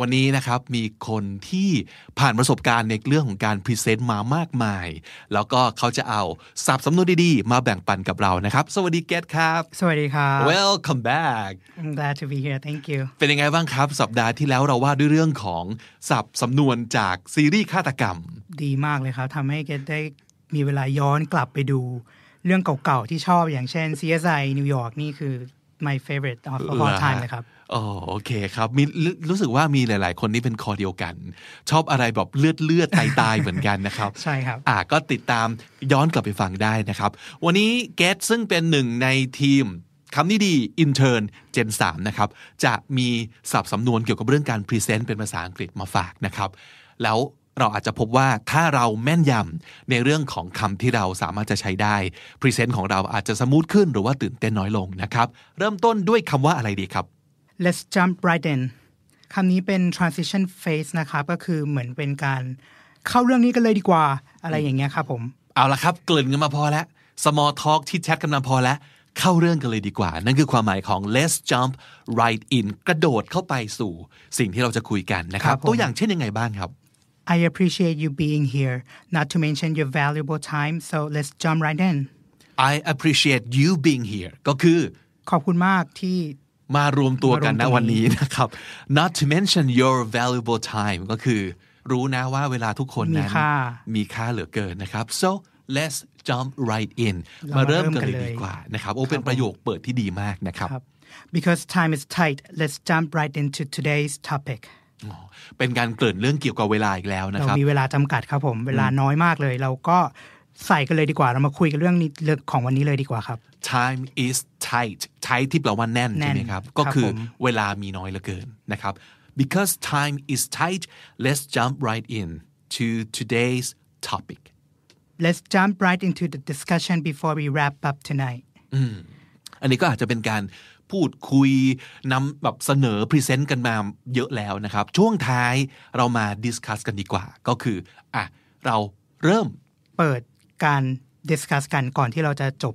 วันนี้นะครับมีคนที่ผ่านประสบการณ์ในเรื่องของการพรีเซนต์มามากมาย แล้วก็เขาจะเอาสับสำนวนดีๆ มาแบ่งปันกับเรานะครับ สวัสดีเกตครับ สวัสดีครับ Welcome back I'm glad to be here thank you เป็นยังไงบ้างครับ สัปดาห์ที่แล้วเราว่าด้วยเรื่องของสับสำนวนจากซีรีส์ฆาตกรรม ดีมากเลยครับทำให้เกดได้มีเวลาย้อนกลับไปดู เรื่องเก่าๆ ที่ชอบอย่างเช่น CSI นิวยอร์กนี่คือ my favorite of of all time เลยครับ อ๋อโอเคครับมีรูรู้สึกว่ามีหลาย ๆ คนนี่เป็นคอเดียวกัน ชอบอะไรแบบเลือดเลือด ตายตายๆ เหมือนกันนะครับ ใช่ครับ อ่าก็ติดตามย้อนกลับไปฟังได้นะครับ วันนี้เกสซึ่งเป็นหนึ่งในทีมคำนี้ดีอินเทอร์นเจน3นะครับ จะมีศัพท์สำนวนเกี่ยวกับเรื่องการพรีเซนต์เป็นภาษาอังกฤษมาฝากนะครับ แล้วเราอาจจะพบว่าถ้าเราแม่นยำในเรื่องของคำที่เราสามารถจะใช้ได้พรีเซนต์ของเราอาจจะสมูทขึ้นหรือว่าตื่นเต้นน้อยลงนะครับ เริ่มต้นด้วยคำว่าอะไรดีครับ let's jump right in คำนี้เป็น transition phase นะครับ ก็คือเหมือนเป็นการเข้าเรื่องนี้กันเลยดีกว่าอะไรอย่างเงี้ยครับผม เอาละครับ เกริ่นกันมาพอแล้ว small talk ที่แชทกันมาพอแล้ว เข้าเรื่องกันเลยดีกว่า นั่นคือความหมายของ let's jump right in กระโดดเข้าไปสู่สิ่งที่เราจะคุยกันนะครับ ครับผม ตัวอย่างเช่นยังไงบ้างครับ I appreciate you being here not to mention your valuable time so let's jump right in I appreciate you being here ก็คือ ขอบคุณมากที่ มารวมตัวกันนะมารวมตัว วันนี้นะครับ not to mention your valuable time ก็คือ รู้นะว่าเวลาทุกคน มี นั้น ค่า มีค่าเหลือเกินนะครับ so let's jump right in เรา มา มา เริ่ม เริ่ม กัน กัน เลย เลย ดีกว่านะครับโอ้เป็นประโยคเปิดที่ดีมากนะครับ ครับ because time is tight let's jump right into today's topic อ๋อเป็นการเกริ่นเรื่องเกี่ยวกับเวลาอีกแล้วนะ เรา ครับ มีเวลาจำกัดครับผม เวลาน้อยมากเลย เราก็ใส่กันเลยดีกว่า เรามาคุยกันเรื่องนี้เรื่องของวันนี้เลยดีกว่าครับ time is tight tight ที่แปลว่าแน่น แน่น ใช่ไหมครับ ครับ ก็คือ ผม เวลามีน้อยเหลือเกินนะครับ because time is tight let's jump right in to today's topic let's jump right into the discussion before we wrap up tonight อันนี้ก็อาจจะเป็นการพูดคุยนำแบบเสนอพรีเซนต์กันมาเยอะแล้วนะครับ ช่วงท้ายเรามาดิสคัสกันดีกว่า ก็คืออ่ะเราเริ่ม เปิดการดิสคัสกันก่อนที่เราจะจบ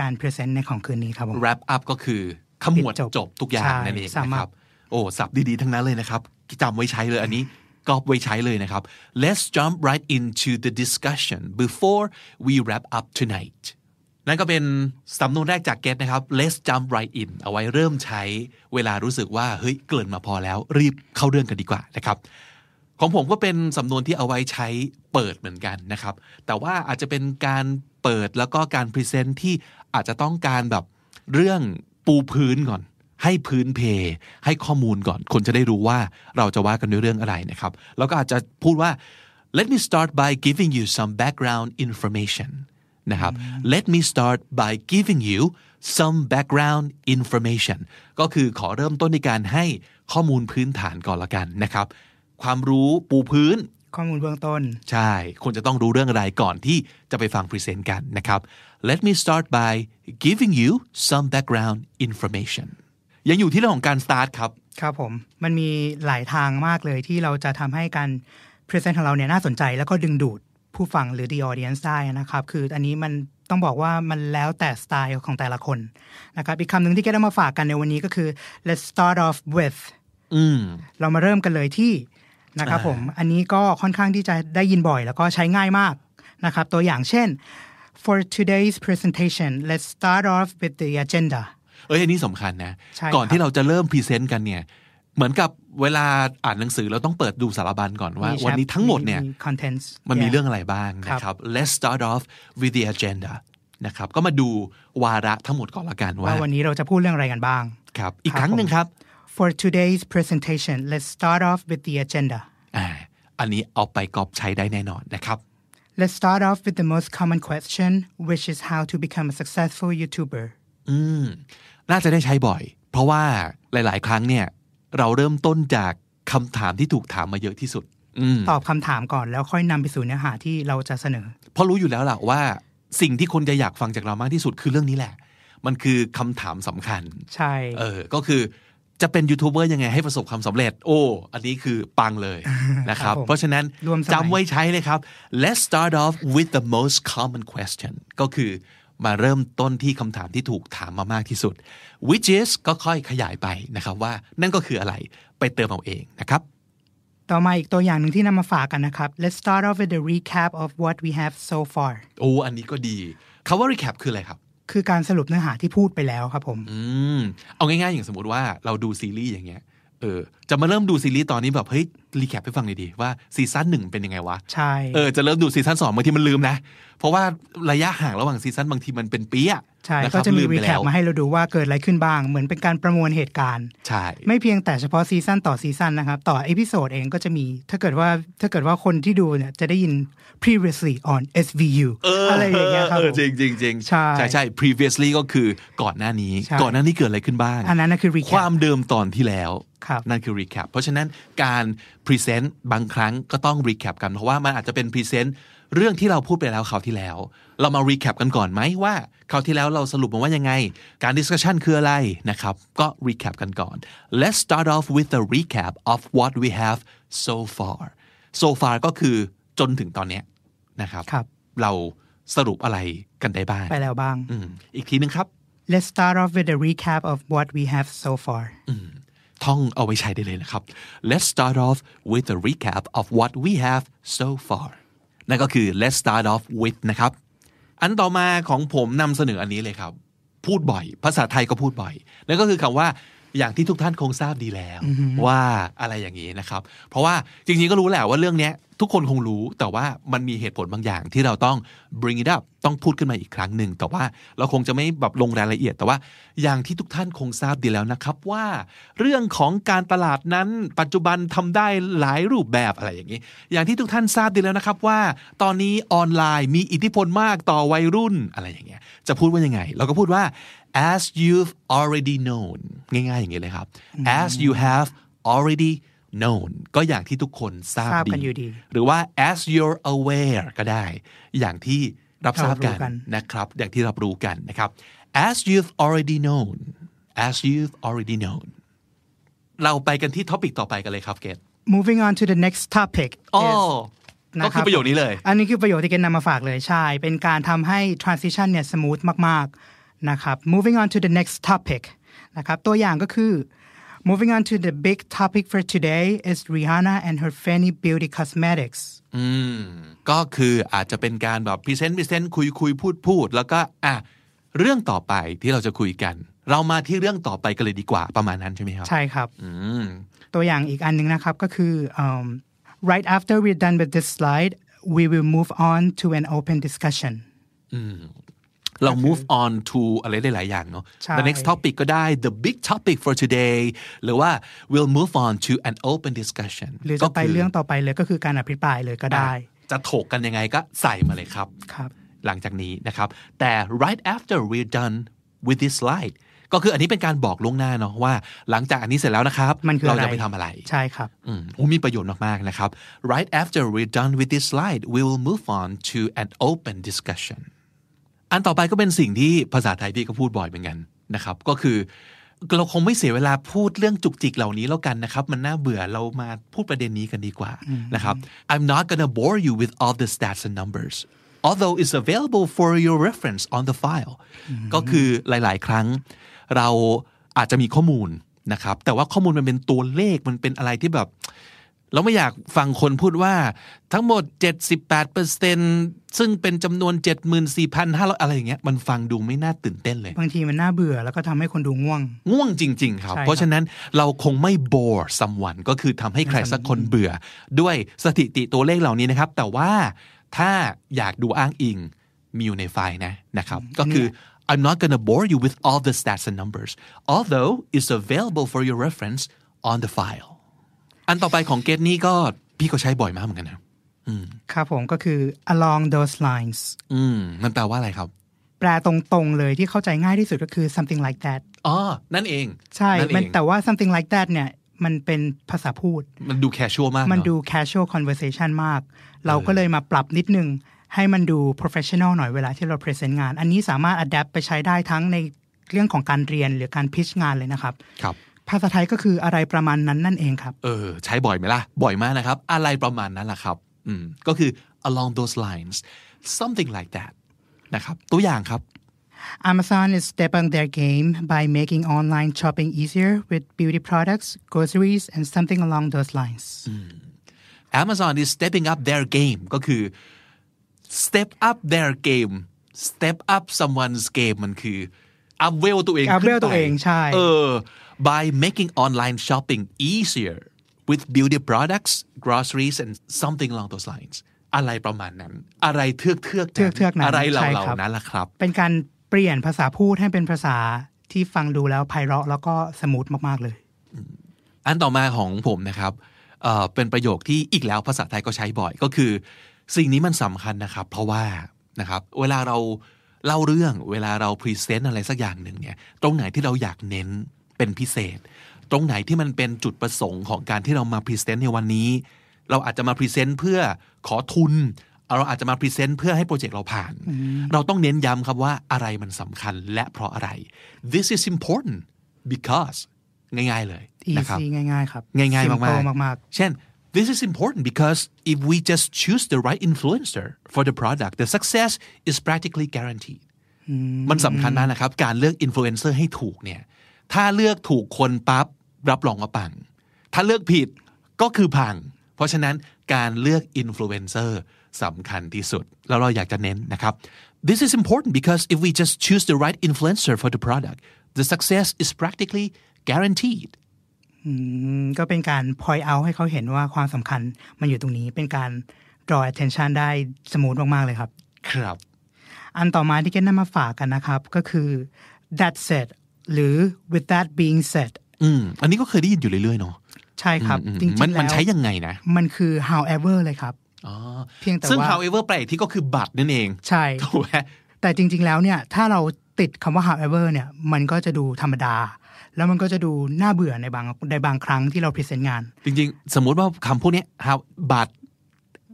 การพรีเซนต์ในของคืนนี้ครับผม wrap up ก็คือขมวด ปิดจบ จบทุกอย่าง ใช่ นั่นเอง สา นะ มารถ ครับ โอ้สับดีๆ ทั้งนั้นเลยนะครับจำไว้ใช้เลยอันนี้ก็ไว้ใช้เลยนะครับ let's jump right into the discussion before we wrap up tonight นั่นก็เป็นสำนวนแรกจากเกตนะครับ let's jump right in เอาไว้เริ่มใช้เวลารู้สึกว่าเฮ้ยเกรินมาพอแล้ว รีบเข้าเรื่องกันดีกว่านะครับ ของผมก็เป็นสำนวนที่เอาไว้ใช้เปิดเหมือนกันนะครับ แต่ว่าอาจจะเป็นการเปิดแล้วก็การพรีเซนต์ที่อาจจะต้องการแบบเรื่องปูพื้นก่อน ให้พื้นเพ ให้ข้อมูลก่อน คนจะได้รู้ว่าเราจะว่ากันด้วยเรื่องอะไรนะครับ แล้วก็อาจจะพูดว่า let me start by giving you some background information นะครับ let me start by giving you some background information ก็คือขอเริ่มต้นในการให้ข้อมูลพื้นฐานก่อนละกันนะครับ ความรู้ปูพื้น ข้อมูลเบื้องต้น ใช่คุณจะต้องรู้เรื่องอะไรก่อนที่จะไปฟังพรีเซนต์กันนะครับ Let me start by giving you some background information ยังอยู่ที่เรื่องของการ start ครับ ครับผม มันมีหลายทางมากเลยที่เราจะทำให้การ Present ของเราเนี่ยน่าสนใจแล้วก็ดึงดูดผู้ฟังหรือ the audience ได้นะครับ คืออันนี้มันต้องบอกว่ามันแล้วแต่สไตล์ของแต่ละคนนะครับ อีกคำหนึ่งที่แกได้มาฝากกันในวันนี้ก็คือ let's start off with อืม เรามาเริ่มกันเลยที่นะครับผม อันนี้ก็ค่อนข้างที่จะได้ยินบ่อย แล้วก็ใช้ง่ายมากนะครับ ตัวอย่างเช่น for today's presentation let's start off with the agenda เอ้ยอันนี้สำคัญนะ ใช่ครับ ก่อนที่เราจะเริ่มพรีเซนต์กันเนี่ย เหมือนกับเวลาอ่านหนังสือเราต้องเปิดดูสารบัญก่อนว่า มี วันนี้ chap- ทั้งหมดเนี่ย มี contents มันมี yeah เรื่องอะไรบ้างนะครับ Let's start off with the agenda นะครับ ก็มาดูวาระทั้งหมดก่อนละกันว่า ว่าวันนี้เราจะพูดเรื่องอะไรกันบ้าง ครับ อีก ครับ ครั้งหนึ่ง ผม ครับ for today's presentation let's start off with the agenda อ่า อันนี้เอาไปกอบใช้ได้แน่นอนนะครับ let's start off with the most common question which is how to become a successful YouTuber อืม น่าจะได้ใช้บ่อย เพราะว่าหลาย ๆ ครั้งเนี่ย เราเริ่มต้นจากคำถามที่ถูกถามมาเยอะที่สุด อืม ตอบคำถามก่อนแล้วค่อยนำไปสู่เนื้อหาที่เราจะเสนอ เพราะรู้อยู่แล้วล่ะว่าสิ่งที่คนจะอยากฟังจากเรามากที่สุดคือเรื่องนี้แหละ มันคือคำถามสำคัญ ใช่ เออ ก็คือจะเป็นยูทูบเบอร์ยังไงให้ประสบความสำเร็จ โอ้ อันนี้คือปัง เลยนะครับ เพราะฉะนั้นจำไว้ใช้เลยครับ let's start off with the most common question ก็คือมาเริ่มต้นที่คำถามที่ถูกถามมามากที่สุด which is ก็ค่อยขยายไปนะครับว่านั่นก็คืออะไรไปเติมเอาเองนะครับ ต่อมาอีกตัวอย่างหนึ่งที่นำมาฝากกันนะครับ let's start off with the recap of what we have so far โอ้ อันนี้ก็ดีคำว่า recap คืออะไรครับ คือการสรุปเนื้อหาที่พูดไปแล้วครับผม อืมเอาง่ายๆ อย่างสมมติว่าเราดูซีรีส์อย่างเงี้ย เออ จะมาเริ่มดูซีรีส์ตอนนี้แบบเฮ้ยรีแคปให้ฟังหน่อยดีว่าซีซั่นหนึ่งเป็นยังไงวะ ใช่ เออ จะเริ่มดูซีซั่นสองบางทีมันลืมนะ เพราะว่าระยะห่างระหว่างซีซั่นบางทีมันเป็นปีอะ ใช่ นค ก็ รับ จะมี ลืไป recap ว มาให้เราดูว่าเกิดอะไรขึ้นบ้าง เหมือนเป็นการประมวลเหตุการณ์ ใช่ ไม่เพียงแต่เฉพาะซีซั่นต่อซีซั่นนะครับ ต่อเอพิโซดเองก็จะมี ถ้าเกิดว่าถ้าเกิดว่าคนที่ดูเนี่ย จะได้ยิน previously on SVU อะไรอย่างเงี้ยครับ เอ ผ อ ม จริงจริงจริง ใช่ ใช่ใช่ previously ก็คือก่อนหน้านี้ ใช่ ก่อนหน้านี้เกิดอะไรขึ้นบ้าง อันนั้นน่ะคือ recap ความเดิมตอนที่แล้ว ครับ นั่นคือ recap เพราะฉะนั้นการ present บางครั้งก็ต้อง recap กัน เพราะว่ามันอาจจะเป็น present เรื่องที่เราพูดไปแล้วคราวที่แล้ว เรามา recap กันก่อนไหมว่าคราวที่แล้วเราสรุปมาว่ายังไง การ discussion คืออะไรนะครับ ก็ recap กันก่อน let's start off with the recap of what we have so far so far ก็คือจนถึงตอนเนี้ยนะครับ ครับ เราสรุปอะไรกันได้บ้าง ไปแล้วบ้าง อืมอีกทีนึงครับ let's start off with a recap of what we have so far ท่องเอาไว้ใช้ได้เลยนะครับ Let's start off with a recap of what we have so far นั่นก็คือ Let's start off with นะครับ อันต่อมาของผมนำเสนออันนี้เลยครับ พูดบ่อย ภาษาไทยก็พูดบ่อย นั่นก็คือคำว่าอย่างที่ทุกท่านคงทราบดีแล้ว ว่าอะไรอย่างนี้นะครับ เพราะว่าจริงๆก็รู้แหละว่าเรื่องเนี้ยทุกคนคงรู้แต่ว่ามันมีเหตุผลบางอย่างที่เราต้อง bring it up ต้องพูดขึ้นมาอีกครั้งหนึ่งแต่ว่าเราคงจะไม่แบบลงรายละเอียด แต่ว่าอย่างที่ทุกท่านคงทราบดีแล้วนะครับว่า เรื่องของการตลาดนั้นปัจจุบันทำได้หลายรูปแบบอะไรอย่างนี้ อย่างที่ทุกท่านทราบดีแล้วนะครับว่า ตอนนี้ออนไลน์มีอิทธิพลมากต่อวัยรุ่นอะไรอย่างเงี้ยจะพูดว่ายังไง เราก็พูดว่า as you've already known ง่ายๆอย่างนี้เลยครับ as you have already known ก็อย่างที่ทุกคนทราบ ทราบกันอยู่ดี หรือว่า as you're aware ก็ได้ อย่างที่รับทราบกั เรารู้กัน น นะครับอย่างที่รับรู้กันนะครับ as you've already known as you've already known เราไปกันที่ท็อปิกต่อไปกันเลยครับเกต moving on to the next topic อ๋อ is ก็คือประโยคนี้เลย อันนี้คือประโยคที่เกณฑ์นำมาฝากเลยใช่ เป็นการทำให้ transition เนี่ย smooth มาก ๆ นะครับ moving on to the next topic นะครับ ตัวอย่างก็คือ moving on to the big topic for today is Rihanna and her Fanny Beauty Cosmetics อืม ก็คืออาจจะเป็นการแบบพรีเซนต์พรีเซนต์คุยคุยพูดพูดแล้วก็อ่ะเรื่องต่อไปที่เราจะคุยกัน เรามาที่เรื่องต่อไปกันเลยดีกว่าประมาณนั้นใช่ไหมครับ ใช่ครับ อืม ตัวอย่างอีกอันหนึ่งนะครับก็คือ um, right after we're done with this slide we will move on to an open discussion เรา move on to อะไรได้หลายอย่างเนาะ ใช่ the next topic ก็ได้ the big topic for today หรือว่า we'll move on to an open discussion หรือจะไป ก็คื เรื่องต่อไปเลยก็คือการอภิปรายเลยก็ได้ จะถกกันยังไงก็ใส่มาเลยครับ ครับ หลังจากนี้นะครับ แต่ right after we're done with this slide ก็คืออันนี้เป็นการบอกล่วงหน้าเนาะว่า หลังจากอันนี้เสร็จแล้วนะครับ มันคือ เรา อะไร จะไปทำอะไร ใช่ครับ อืมโอ้มีประโยชน์มาก ๆ นะครับ right after we're done with this slide we will move on to an open discussion อันต่อไปก็เป็นสิ่งที่ภาษาไทยพี่ก็พูดบ่อยเหมือนกันนะครับ ก็คือ เราคงไม่เสียเวลาพูดเรื่องจุกจิกเหล่านี้แล้วกันนะครับ มันน่าเบื่อเรามาพูดประเด็นนี้กันดีกว่านะครับ I'm not gonna bore you with all the stats and numbers although it's available for your reference on the file ก็คือหลาย ๆ ครั้ง เราอาจจะมีข้อมูลนะครับ แต่ว่าข้อมูลมันเป็นตัวเลขมันเป็นอะไรที่แบบ เราไม่อยากฟังคนพูดว่าทั้งหมด 78%ซึ่งเป็นจำนวน 74,500 อะไรอย่างเงี้ยมันฟังดูไม่น่าตื่นเต้นเลย บางทีมันน่าเบื่อแล้วก็ทำให้คนดูง่วง ง่วงจริง ๆ ครับ ใช่ครับ เพราะฉะนั้นเราคงไม่ bore someone ก็คือทำให้ใครสักคนเบื่อ ด้วยสถิติตัวเลขเหล่านี้นะครับ แต่ว่าถ้าอยากดูอ้างอิง มีอยู่ในไฟล์นะนะครับ ก็คือ I'm not gonna bore you with all the stats and numbers although it's available for your reference on the file อันต่อไปของเกตนี้ก็พี่ก็ใช้บ่อยมากเหมือนกันนะ ครับผมก็คือ along those lines อืม มันแปลว่าอะไรครับ แปลตรงๆเลยที่เข้าใจง่ายที่สุดก็คือ something like that อ๋อ นั่นเอง ใช่ นั่นเอง มันแต่ว่า something like that เนี่ย มันเป็นภาษาพูด มันดูแคชชวลมากเอะ มันดู casual conversation มาก เราก็เลยมาปรับนิดนึง ให้มันดู professional หน่อยเวลาที่เรา present งาน อันนี้สามารถ adapt ไปใช้ได้ทั้งในเรื่องของการเรียนหรือการ pitch งานเลยนะครับ ครับ ภาษาไทยก็คืออะไรประมาณนั้นนั่นเองครับ เออ ใช้บ่อยไหมล่ะ บ่อยมากนะครับ อะไรประมาณนั้นล่ะครับ อืม ก็คือ along those lines something like that นะครับ ตัวอย่างครับ Amazon is stepping their game by making online shopping easier with beauty products, groceries, and something along those lines. Amazon is stepping up their game ก็คือ step up their game step up someone's game มันคือ up w e l ตัวเอง up ขึ้น level ไป ตัวเองใช่ เออ by making online shopping easier with beauty products groceries and something along those lines อะไรประมาณนั้น อะไรเทือกเทือกๆนั้น เทือกๆนั้น อะไรเหล่า ใช่ เหล่า ครับ นั้นล่ะครับ เป็นการเปลี่ยนภาษาพูดให้เป็นภาษาที่ฟังดูแล้วไพเราะแล้วก็สมูทมาก ๆ เลย อันต่อมาของผมนะครับเอ่อเป็นประโยคที่อีกแล้วภาษาไทยก็ใช้บ่อยก็คือ สิ่งนี้มันสำคัญนะครับ เพราะว่านะครับเวลาเราเล่าเรื่องเวลาเราพรีเซนต์อะไรสักอย่างหนึ่งเนี่ยตรงไหนที่เราอยากเน้นเป็นพิเศษ ตรงไหนที่มันเป็นจุดประสงค์ของการที่เรามาพรีเซนต์ในวันนี้ เราอาจจะมาพรีเซนต์เพื่อขอทุน เราอาจจะมาพรีเซนต์เพื่อให้โปรเจกต์เราผ่าน เราต้องเน้นย้ำครับว่าอะไรมันสำคัญและเพราะอะไร this is important because ง่ายๆเลยนะครับ easy ง่าย ๆ ครับ ง่ายๆ มาก ๆ ๆ มาก เช่น this is important because if we just choose the right influencer for the product the success is practically guaranteed มันสำคัญมากนะครับ การเลือกอินฟลูเอนเซอร์ให้ถูกเนี่ย ถ้าเลือกถูกคนปั๊บ รับรองว่าปัง ถ้าเลือกผิดก็คือพัง เพราะฉะนั้นการเลือกอินฟลูเอนเซอร์สำคัญที่สุด แล้วเราอยากจะเน้นนะครับ this is important because if we just choose the right influencer for the product the success is practically guaranteed ๆ อืมก็เป็นการ point out ให้เขาเห็นว่าความสำคัญมันอยู่ตรงนี้เป็นการ draw attention ได้สมูทมาก ๆ เลยครับ ครับ อันต่อมาที่เกณฑ์นำมาฝากกันนะครับ ก็คือ that said หรือ with that being said อืมอันนี้ก็เคยได้ยินอยู่เรื่อยๆเนาะ ใช่ครับ อืม จริงๆ มัน แล้ว มันใช้ยังไงนะ มันคือ however เลยครับ อ๋อ เพียงแต่ ซึ่ง ว่า however แปลอีกที่ก็คือบัตรนั่นเอง ใช่ ถูกไหม แต่จริง ๆ แล้วเนี่ย ถ้าเราติดคำว่า however เนี่ย มันก็จะดูธรรมดา แล้วมันก็จะดูน่าเบื่อในบางในบางครั้งที่เราพรีเซนต์งาน จริงๆ สมมุติว่าคำพวกเนี้ย how บัตร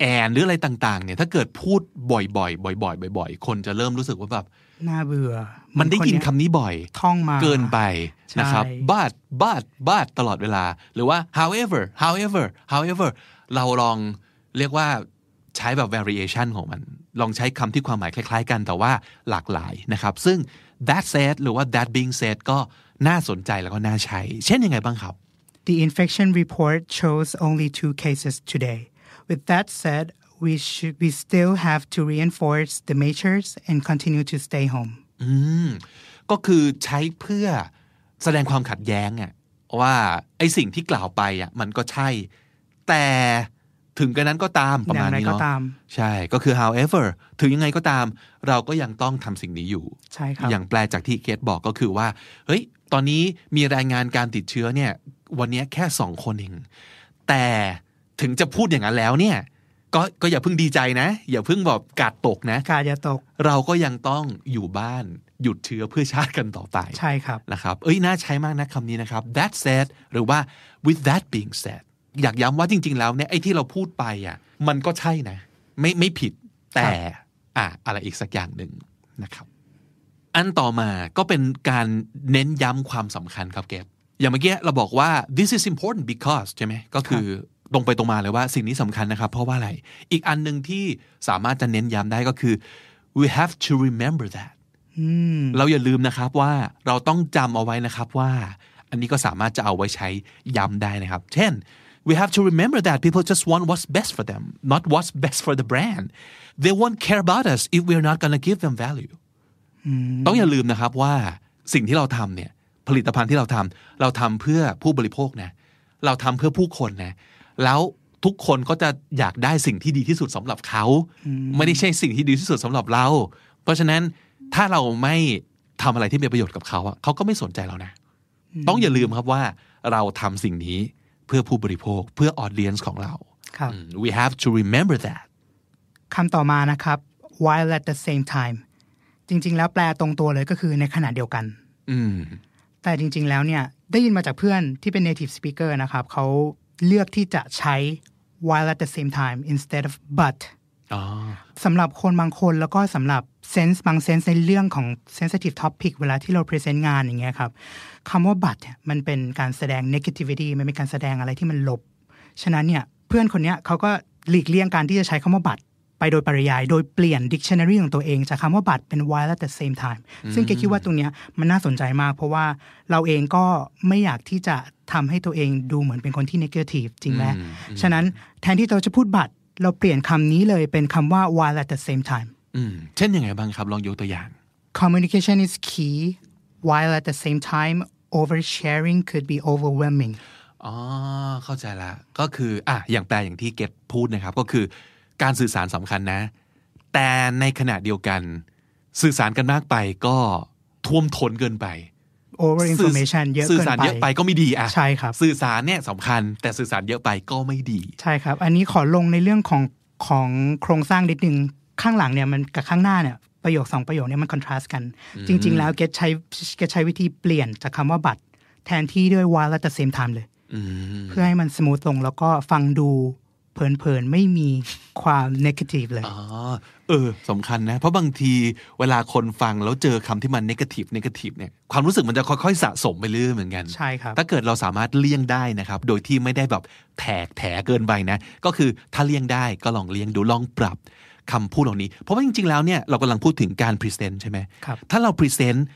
แอนหรืออะไรต่าง ๆ เนี่ย ถ้าเกิดพูดบ่อยๆ บ่อยๆ บ่อยๆ คนจะเริ่มรู้สึกว่าแบบ น่าเบื่อ มันได้ยิน เหมือ คำ เย นี้บ่อย ท่องมา เกินไปนะครับ ใช่ but but but ตลอดเวลา หรือว่า however however however เราลองเรียกว่าใช้แบบ variation ของมัน ลองใช้คำที่ความหมายคล้ายๆกันแต่ว่าหลากหลายนะครับ ซึ่ง that said หรือว่า that being said ก็น่าสนใจแล้วก็น่าใช้ เช่นยังไงบ้างครับ The infection report shows only two cases today. With that said, we should we still have to reinforce the measures and continue to stay home. ก็คือใช้เพื่อแสดงความขัดแย้งอะว่าไอสิ่งที่กล่าวไปอะมันก็ใช่ แต่ถึงกระนั้นก็ตามประมาณนี้ อย่างไรก็ เนาะ ตาม ใช่ก็คือ however ถึงยังไงก็ตาม เราก็ยังต้องทำสิ่งนี้อยู่ ใช่ครับ อย่างแปลจากที่เคสบอกก็คือว่า เฮ้ย ตอนนี้มีรายงานการติดเชื้อเนี่ย วันนี้แค่สองคนเอง แต่ถึงจะพูดอย่างนั้นแล้วเนี่ย ก็ก็อย่าเพิ่งดีใจนะ อย่าเพิ่งแบบกาดตกนะ กาดอย่าตก เราก็ยังต้องอยู่บ้านหยุดเชื้อเพื่อชาติกันต่อไป ใช่ครับ นะครับ เอ้ย น่าใช้มากนะคำนี้นะครับ that said หรือว่า with that being said อยากย้ำว่าจริง ๆ แล้วเนี่ยไอ้ที่เราพูดไปอ่ะ มันก็ใช่นะ ไม่ไม่ผิด แต่อ่ะอะไรอีกสักอย่างหนึ่งนะครับ อันต่อมาก็เป็นการเน้นย้ำความสำคัญครับเกตอย่างเมื่อกี้เราบอกว่า this is important because ใช่ไหม ก็คือตรงไปตรงมาเลยว่าสิ่งนี้สำคัญนะครับ เพราะว่าอะไร อีกอันหนึ่งที่สามารถจะเน้นย้ำได้ก็คือ we have to remember that เราอย่าลืมนะครับว่าเราต้องจำเอาไว้นะครับว่า อันนี้ก็สามารถจะเอาไว้ใช้ย้ำได้นะครับ เช่น we have to remember that people just want what's best for them not what's best for the brand they won't care about us if we're not gonna give them value ต้องอย่าลืมนะครับว่าสิ่งที่เราทำเนี่ยผลิตภัณฑ์ที่เราทำเราทำเพื่อผู้บริโภคนะเราทำเพื่อผู้คนนะแล้วทุกคนก็จะอยากได้สิ่งที่ดีที่สุดสำหรับเขา ไม่ได้ใช่สิ่งที่ดีที่สุดสำหรับเรา เพราะฉะนั้นถ้าเราไม่ทำอะไรที่มีประโยชน์กับเขาอะเขาก็ไม่สนใจเรานะ ต้องอย่าลืมครับว่าเราทำสิ่งนี้เพื่อผู้บริโภคเพื่อออเดียนส์ของเรา ครับ we have to remember that คำต่อมานะครับ while at the same time จริง ๆ แล้วแปลตรงตัวเลยก็คือในขณะเดียวกัน อืม แต่จริง ๆ แล้วเนี่ย ได้ยินมาจากเพื่อนที่เป็น native speaker นะครับ เขาเลือกที่จะใช้ while at the same time instead of but อ๋อ สำหรับคนบางคนแล้วก็สำหรับเซนส์บางเซนส์ในเรื่องของ sensitive topic เวลาที่เรา present งานอย่างเงี้ยครับคำว่าบัตรเนี่ยมันเป็นการแสดง negativity มันเป็นการแสดงอะไรที่มันลบ ฉะนั้นเนี่ยเพื่อนคนเนี้ยเขาก็หลีกเลี่ยงการที่จะใช้คำว่าบัตรไปโดยปริยาย โดยเปลี่ยน dictionary ของตัวเองจากคำว่าบัตรเป็น while at the same time ซึ่งเกคิดว่าตรงเนี้ยมันน่าสนใจมาก เพราะว่าเราเองก็ไม่อยากที่จะทำให้ตัวเองดูเหมือนเป็นคนที่ negative จริงไหมฉะนั้นแทนที่เราจะพูดบัตร เราเปลี่ยนคำนี้เลยเป็นคำว่า while at the same time อืม เช่นยังไงบ้างครับ ลองยกตัวอย่าง communication is key while at the same time oversharing could be overwhelming อ๋อ เข้าใจละ ก็คืออ่ะอย่างแปลอย่างที่เกตพูดนะครับ ก็คือ การสื่อสารสำคัญนะ แต่ในขณะเดียวกัน สื่อสารกันมากไปก็ท่วมท้นเกินไป over สื่ information เยอะ สื่อ เกิน สาร ไป เยอะไปก็ไม่ดีอ่ะ ใช่ครับ สื่อสารเนี่ยสำคัญ แต่สื่อสารเยอะไปก็ไม่ดี ใช่ครับ อันนี้ขอลงในเรื่องของของโครงสร้างนิดนึง ข้างหลังเนี่ยมันกับข้างหน้าเนี่ยประโยคสองประโยคเนี่ยมันคอนทราสต์กัน จริง ๆ แล้วเกตใช้เกตใช้วิธีเปลี่ยนจากคำว่าบัตร แทนที่ด้วย while at the same time เลย อืม เพื่อให้มันสมูทลงแล้วก็ฟังดูเพลินๆไม่มีความ negative เลย อ๋อเออสำคัญนะ เพราะบางทีเวลาคนฟังแล้วเจอคำที่มันนกาทีฟนกาทีฟเนี่ยความรู้สึกมันจะค่อยๆ สะสมไปเรื่อยเหมือนกัน ใช่ครับ ถ้าเกิดเราสามารถเลี่ยงได้นะครับ โดยที่ไม่ได้แบบแถกแถเกินไปนะ ก็คือถ้าเลี่ยงได้ก็ลองเลี่ยงดูลองปรับคำพูดเหล่านี้ เพราะว่าจริงๆแล้วเนี่ยเรากำลังพูดถึงการพรีเซนต์ใช่ไหม ครับ ถ้าเราพรีเซนต์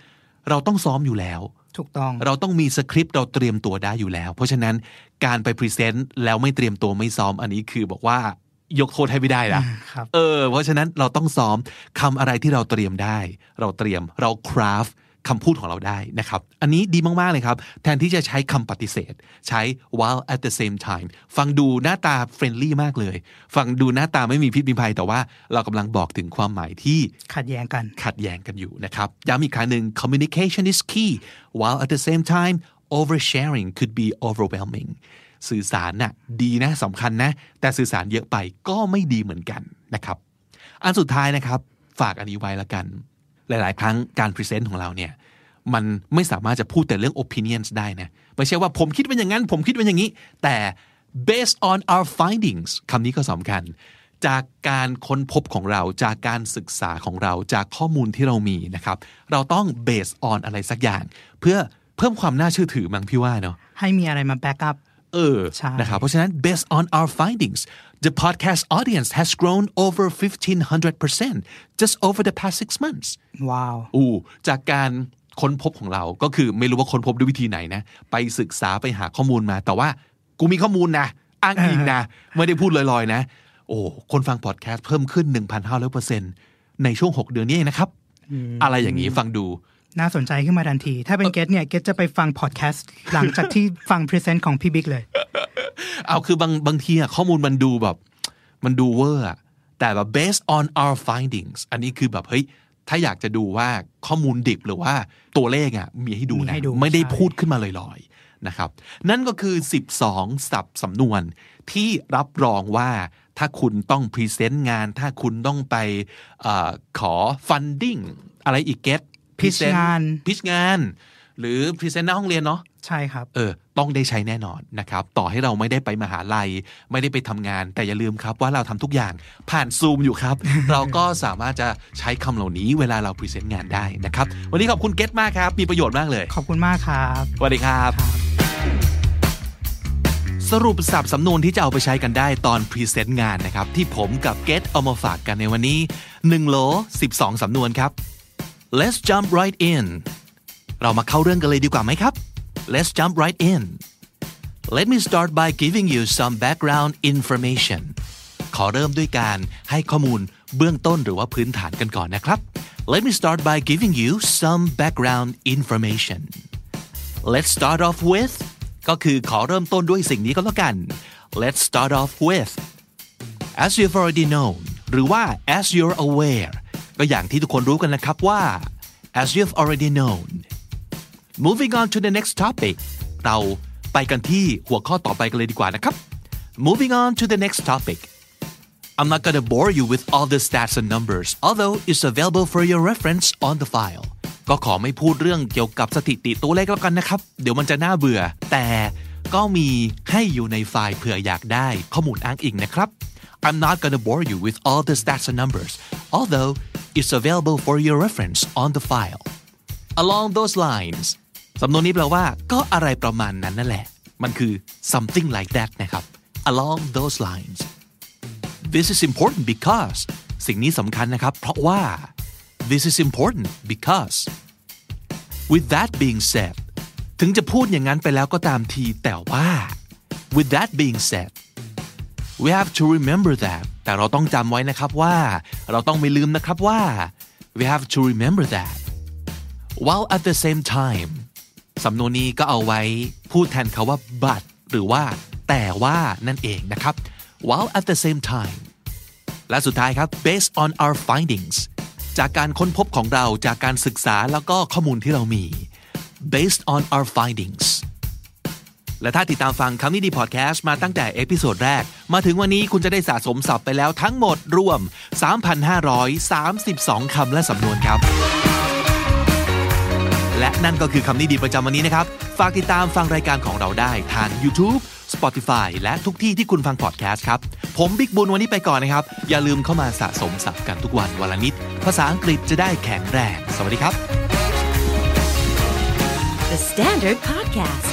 เราต้องซ้อมอยู่แล้ว ถูกต้อง เราต้องมีสคริปต์เราเตรียมตัวได้อยู่แล้ว เพราะฉะนั้นการไปพรีเซนต์แล้วไม่เตรียมตัวไม่ซ้อมอันนี้คือบอกว่ายกโทษให้ไม่ได้ละ ครับ เออ เพราะฉะนั้นเราต้องซ้อมคำอะไรที่เราเตรียมได้ เราเตรียมเราคราฟคำพูดของเราได้นะครับ อันนี้ดีมาก ๆ เลยครับ แทนที่จะใช้คำปฏิเสธ ใช้ while at the same time ฟังดูหน้าตาเฟรนลี่มากเลย ฟังดูหน้าตาไม่มีพิษมีภัยแต่ว่าเรากำลังบอกถึงความหมายที่ ขัดแย้งกัน ขัดแย้งกันอยู่นะครับ ย้ำอีกครั้งหนึ่ง communication is key while at the same time oversharing could be overwhelming สื่อสารน่ะดีนะสำคัญนะ แต่สื่อสารเยอะไปก็ไม่ดีเหมือนกันนะครับ อันสุดท้ายนะครับ ฝากอันนี้ไว้ละกัน หลาย ๆ ครั้งการพรีเซนต์ของเราเนี่ย มันไม่สามารถจะพูดแต่เรื่อง opinions ได้นะ ไม่ใช่ว่าผมคิดเป็นอย่างนั้น ผมคิดเป็นอย่างนี้ แต่ based on our findings คำนี้ก็สำคัญ จากการค้นพบของเรา จากการศึกษาของเราจากข้อมูลที่เรามีนะครับ เราต้องเบสออนอะไรสักอย่าง เพื่อเพิ่มความน่าเชื่อถือมั้งพี่ว่าเนาะ ให้มีอะไรมาแบ็กอัพ เออ ใช่ นะครับเพราะฉะนั้น based on our findings the podcast audience has grown over 1500% just over the past six months ว้าว อู้จากการค้นพบของเราก็คือไม่รู้ว่าค้นพบด้วยวิธีไหนนะ ไปศึกษาไปหาข้อมูลมา แต่ว่ากูมีข้อมูลนะ อ้างอิงนะ ไม่ได้พูดลอยๆนะ โอ้ คนฟังพอดแคสต์เพิ่มขึ้น 1,500%ในช่วง 6 เดือนนี้เองนะครับ อะไรอย่างนี้ฟังดู น่าสนใจขึ้นมาทันที ถ้าเป็นเกตเนี่ย เกตจะไปฟังพอดแคสต์หลังจากที่ฟังพรีเซนต์ของพี่บิ๊กเลย เอาคือบางบางทีอะข้อมูลมันดูแบบ มันดูเวอร์อะแต่แบบ based on our findings อันนี้คือแบบเฮ้ย ถ้าอยากจะดูว่าข้อมูลดิบหรือว่าตัวเลขอะมีให้ดู มี นะ ให้ดู ไม่ได้ ใช่ พูดขึ้นมาลอยๆนะครับ นั่นก็คือ 12 สับสำนวน ที่รับรองว่าถ้าคุณต้องพรีเซนต์งาน ถ้าคุณต้องไปเออขอ funding อะไรอีกเก็ต Pitch งาน พิชงาน หรือพรีเซนต์หน้าห้องเรียนเนาะ ใช่ครับ เออ ต้องได้ใช้แน่นอนนะครับ ต่อให้เราไม่ได้ไปมหาลัย ไม่ได้ไปทำงาน แต่อย่าลืมครับว่าเราทำทุกอย่างผ่านซูมอยู่ ครับ เราก็สามารถจะใช้คำเหล่านี้เวลาเราพรีเซนต์งานได้นะครับ วันนี้ขอบคุณเกตมากครับ มีประโยชน์มากเลย ขอบคุณมากครับ สวัสดีครับ สรุปสับสำนวนที่จะเอาไปใช้กันได้ตอนพรีเซนต์งานนะครับ ที่ผมกับเกตเอามาฝากกันในวันนี้ 1 โหล 12 สำนวนครับ let's jump right in เรามาเข้าเรื่องกันเลยดีกว่าไหมครับ let's jump right in let me start by giving you some background information ขอเริ่มด้วยการให้ข้อมูลเบื้องต้นหรือว่าพื้นฐานกันก่อนนะครับ let me start by giving you some background information let's start off with ก็คือขอเริ่มต้นด้วยสิ่งนี้ก็แล้วกัน let's start off with as you've already known หรือว่า as you're aware ก็อย่างที่ทุกคนรู้กันนะครับว่า as you've already known moving on to the next topic เราไปกันที่หัวข้อต่อไปกันเลยดีกว่านะครับ moving on to the next topic I'm not gonna bore you with all the stats and numbers although it's available for your reference on the file ก็ขอไม่พูดเรื่องเกี่ยวกับสถิติตัวเลขแล้วกันนะครับ เดี๋ยวมันจะน่าเบื่อ แต่ก็มีให้อยู่ในไฟล์เผื่ออยากได้ข้อมูลอ้างอิงนะครับ I'm not gonna bore you with all the stats and numbers although it's available for your reference on the file along those lines สำนวนนี้แปลว่าก็อะไรประมาณนั้นนั่นแหละ มันคือ something like that นะครับ along those lines this is important because สิ่งนี้สำคัญนะครับ เพราะว่า this is important because with that being said ถึงจะพูดอย่างนั้นไปแล้วก็ตามที แต่ว่า with that being said we have to remember that แต่เราต้องจำไว้นะครับว่า เราต้องไม่ลืมนะครับว่า we have to remember that while at the same time สำนวนนี้ก็เอาไว้พูดแทนคาว่า but หรือว่า แต่ว่านั่นเองนะครับ while at the same time และสุดท้ายครับ based on our findings จากการค้นพบของเราจากการศึกษาแล้วก็ข้อมูลที่เรามี based on our findings และถ้าติดตามฟังคำนี้ดีพอดแคสต์มาตั้งแต่เอพิโซดแรก มาถึงวันนี้คุณจะได้สะสมศัพท์ไปแล้วทั้งหมดรวม 3,532 คำและสำนวนครับ และนั่นก็คือคำนี้ดีประจำวันนี้นะครับ ฝากติดตามฟังรายการของเราได้ทาง YouTube Spotify และทุกที่ที่คุณฟังพอดแคสต์ครับ ผมบิ๊กบุญวันนี้ไปก่อนนะครับ อย่าลืมเข้ามาสะสมศัพท์กันทุกวันวันละนิด ภาษาอังกฤษจะได้แข็งแรง สวัสดีครับ The Standard Podcast,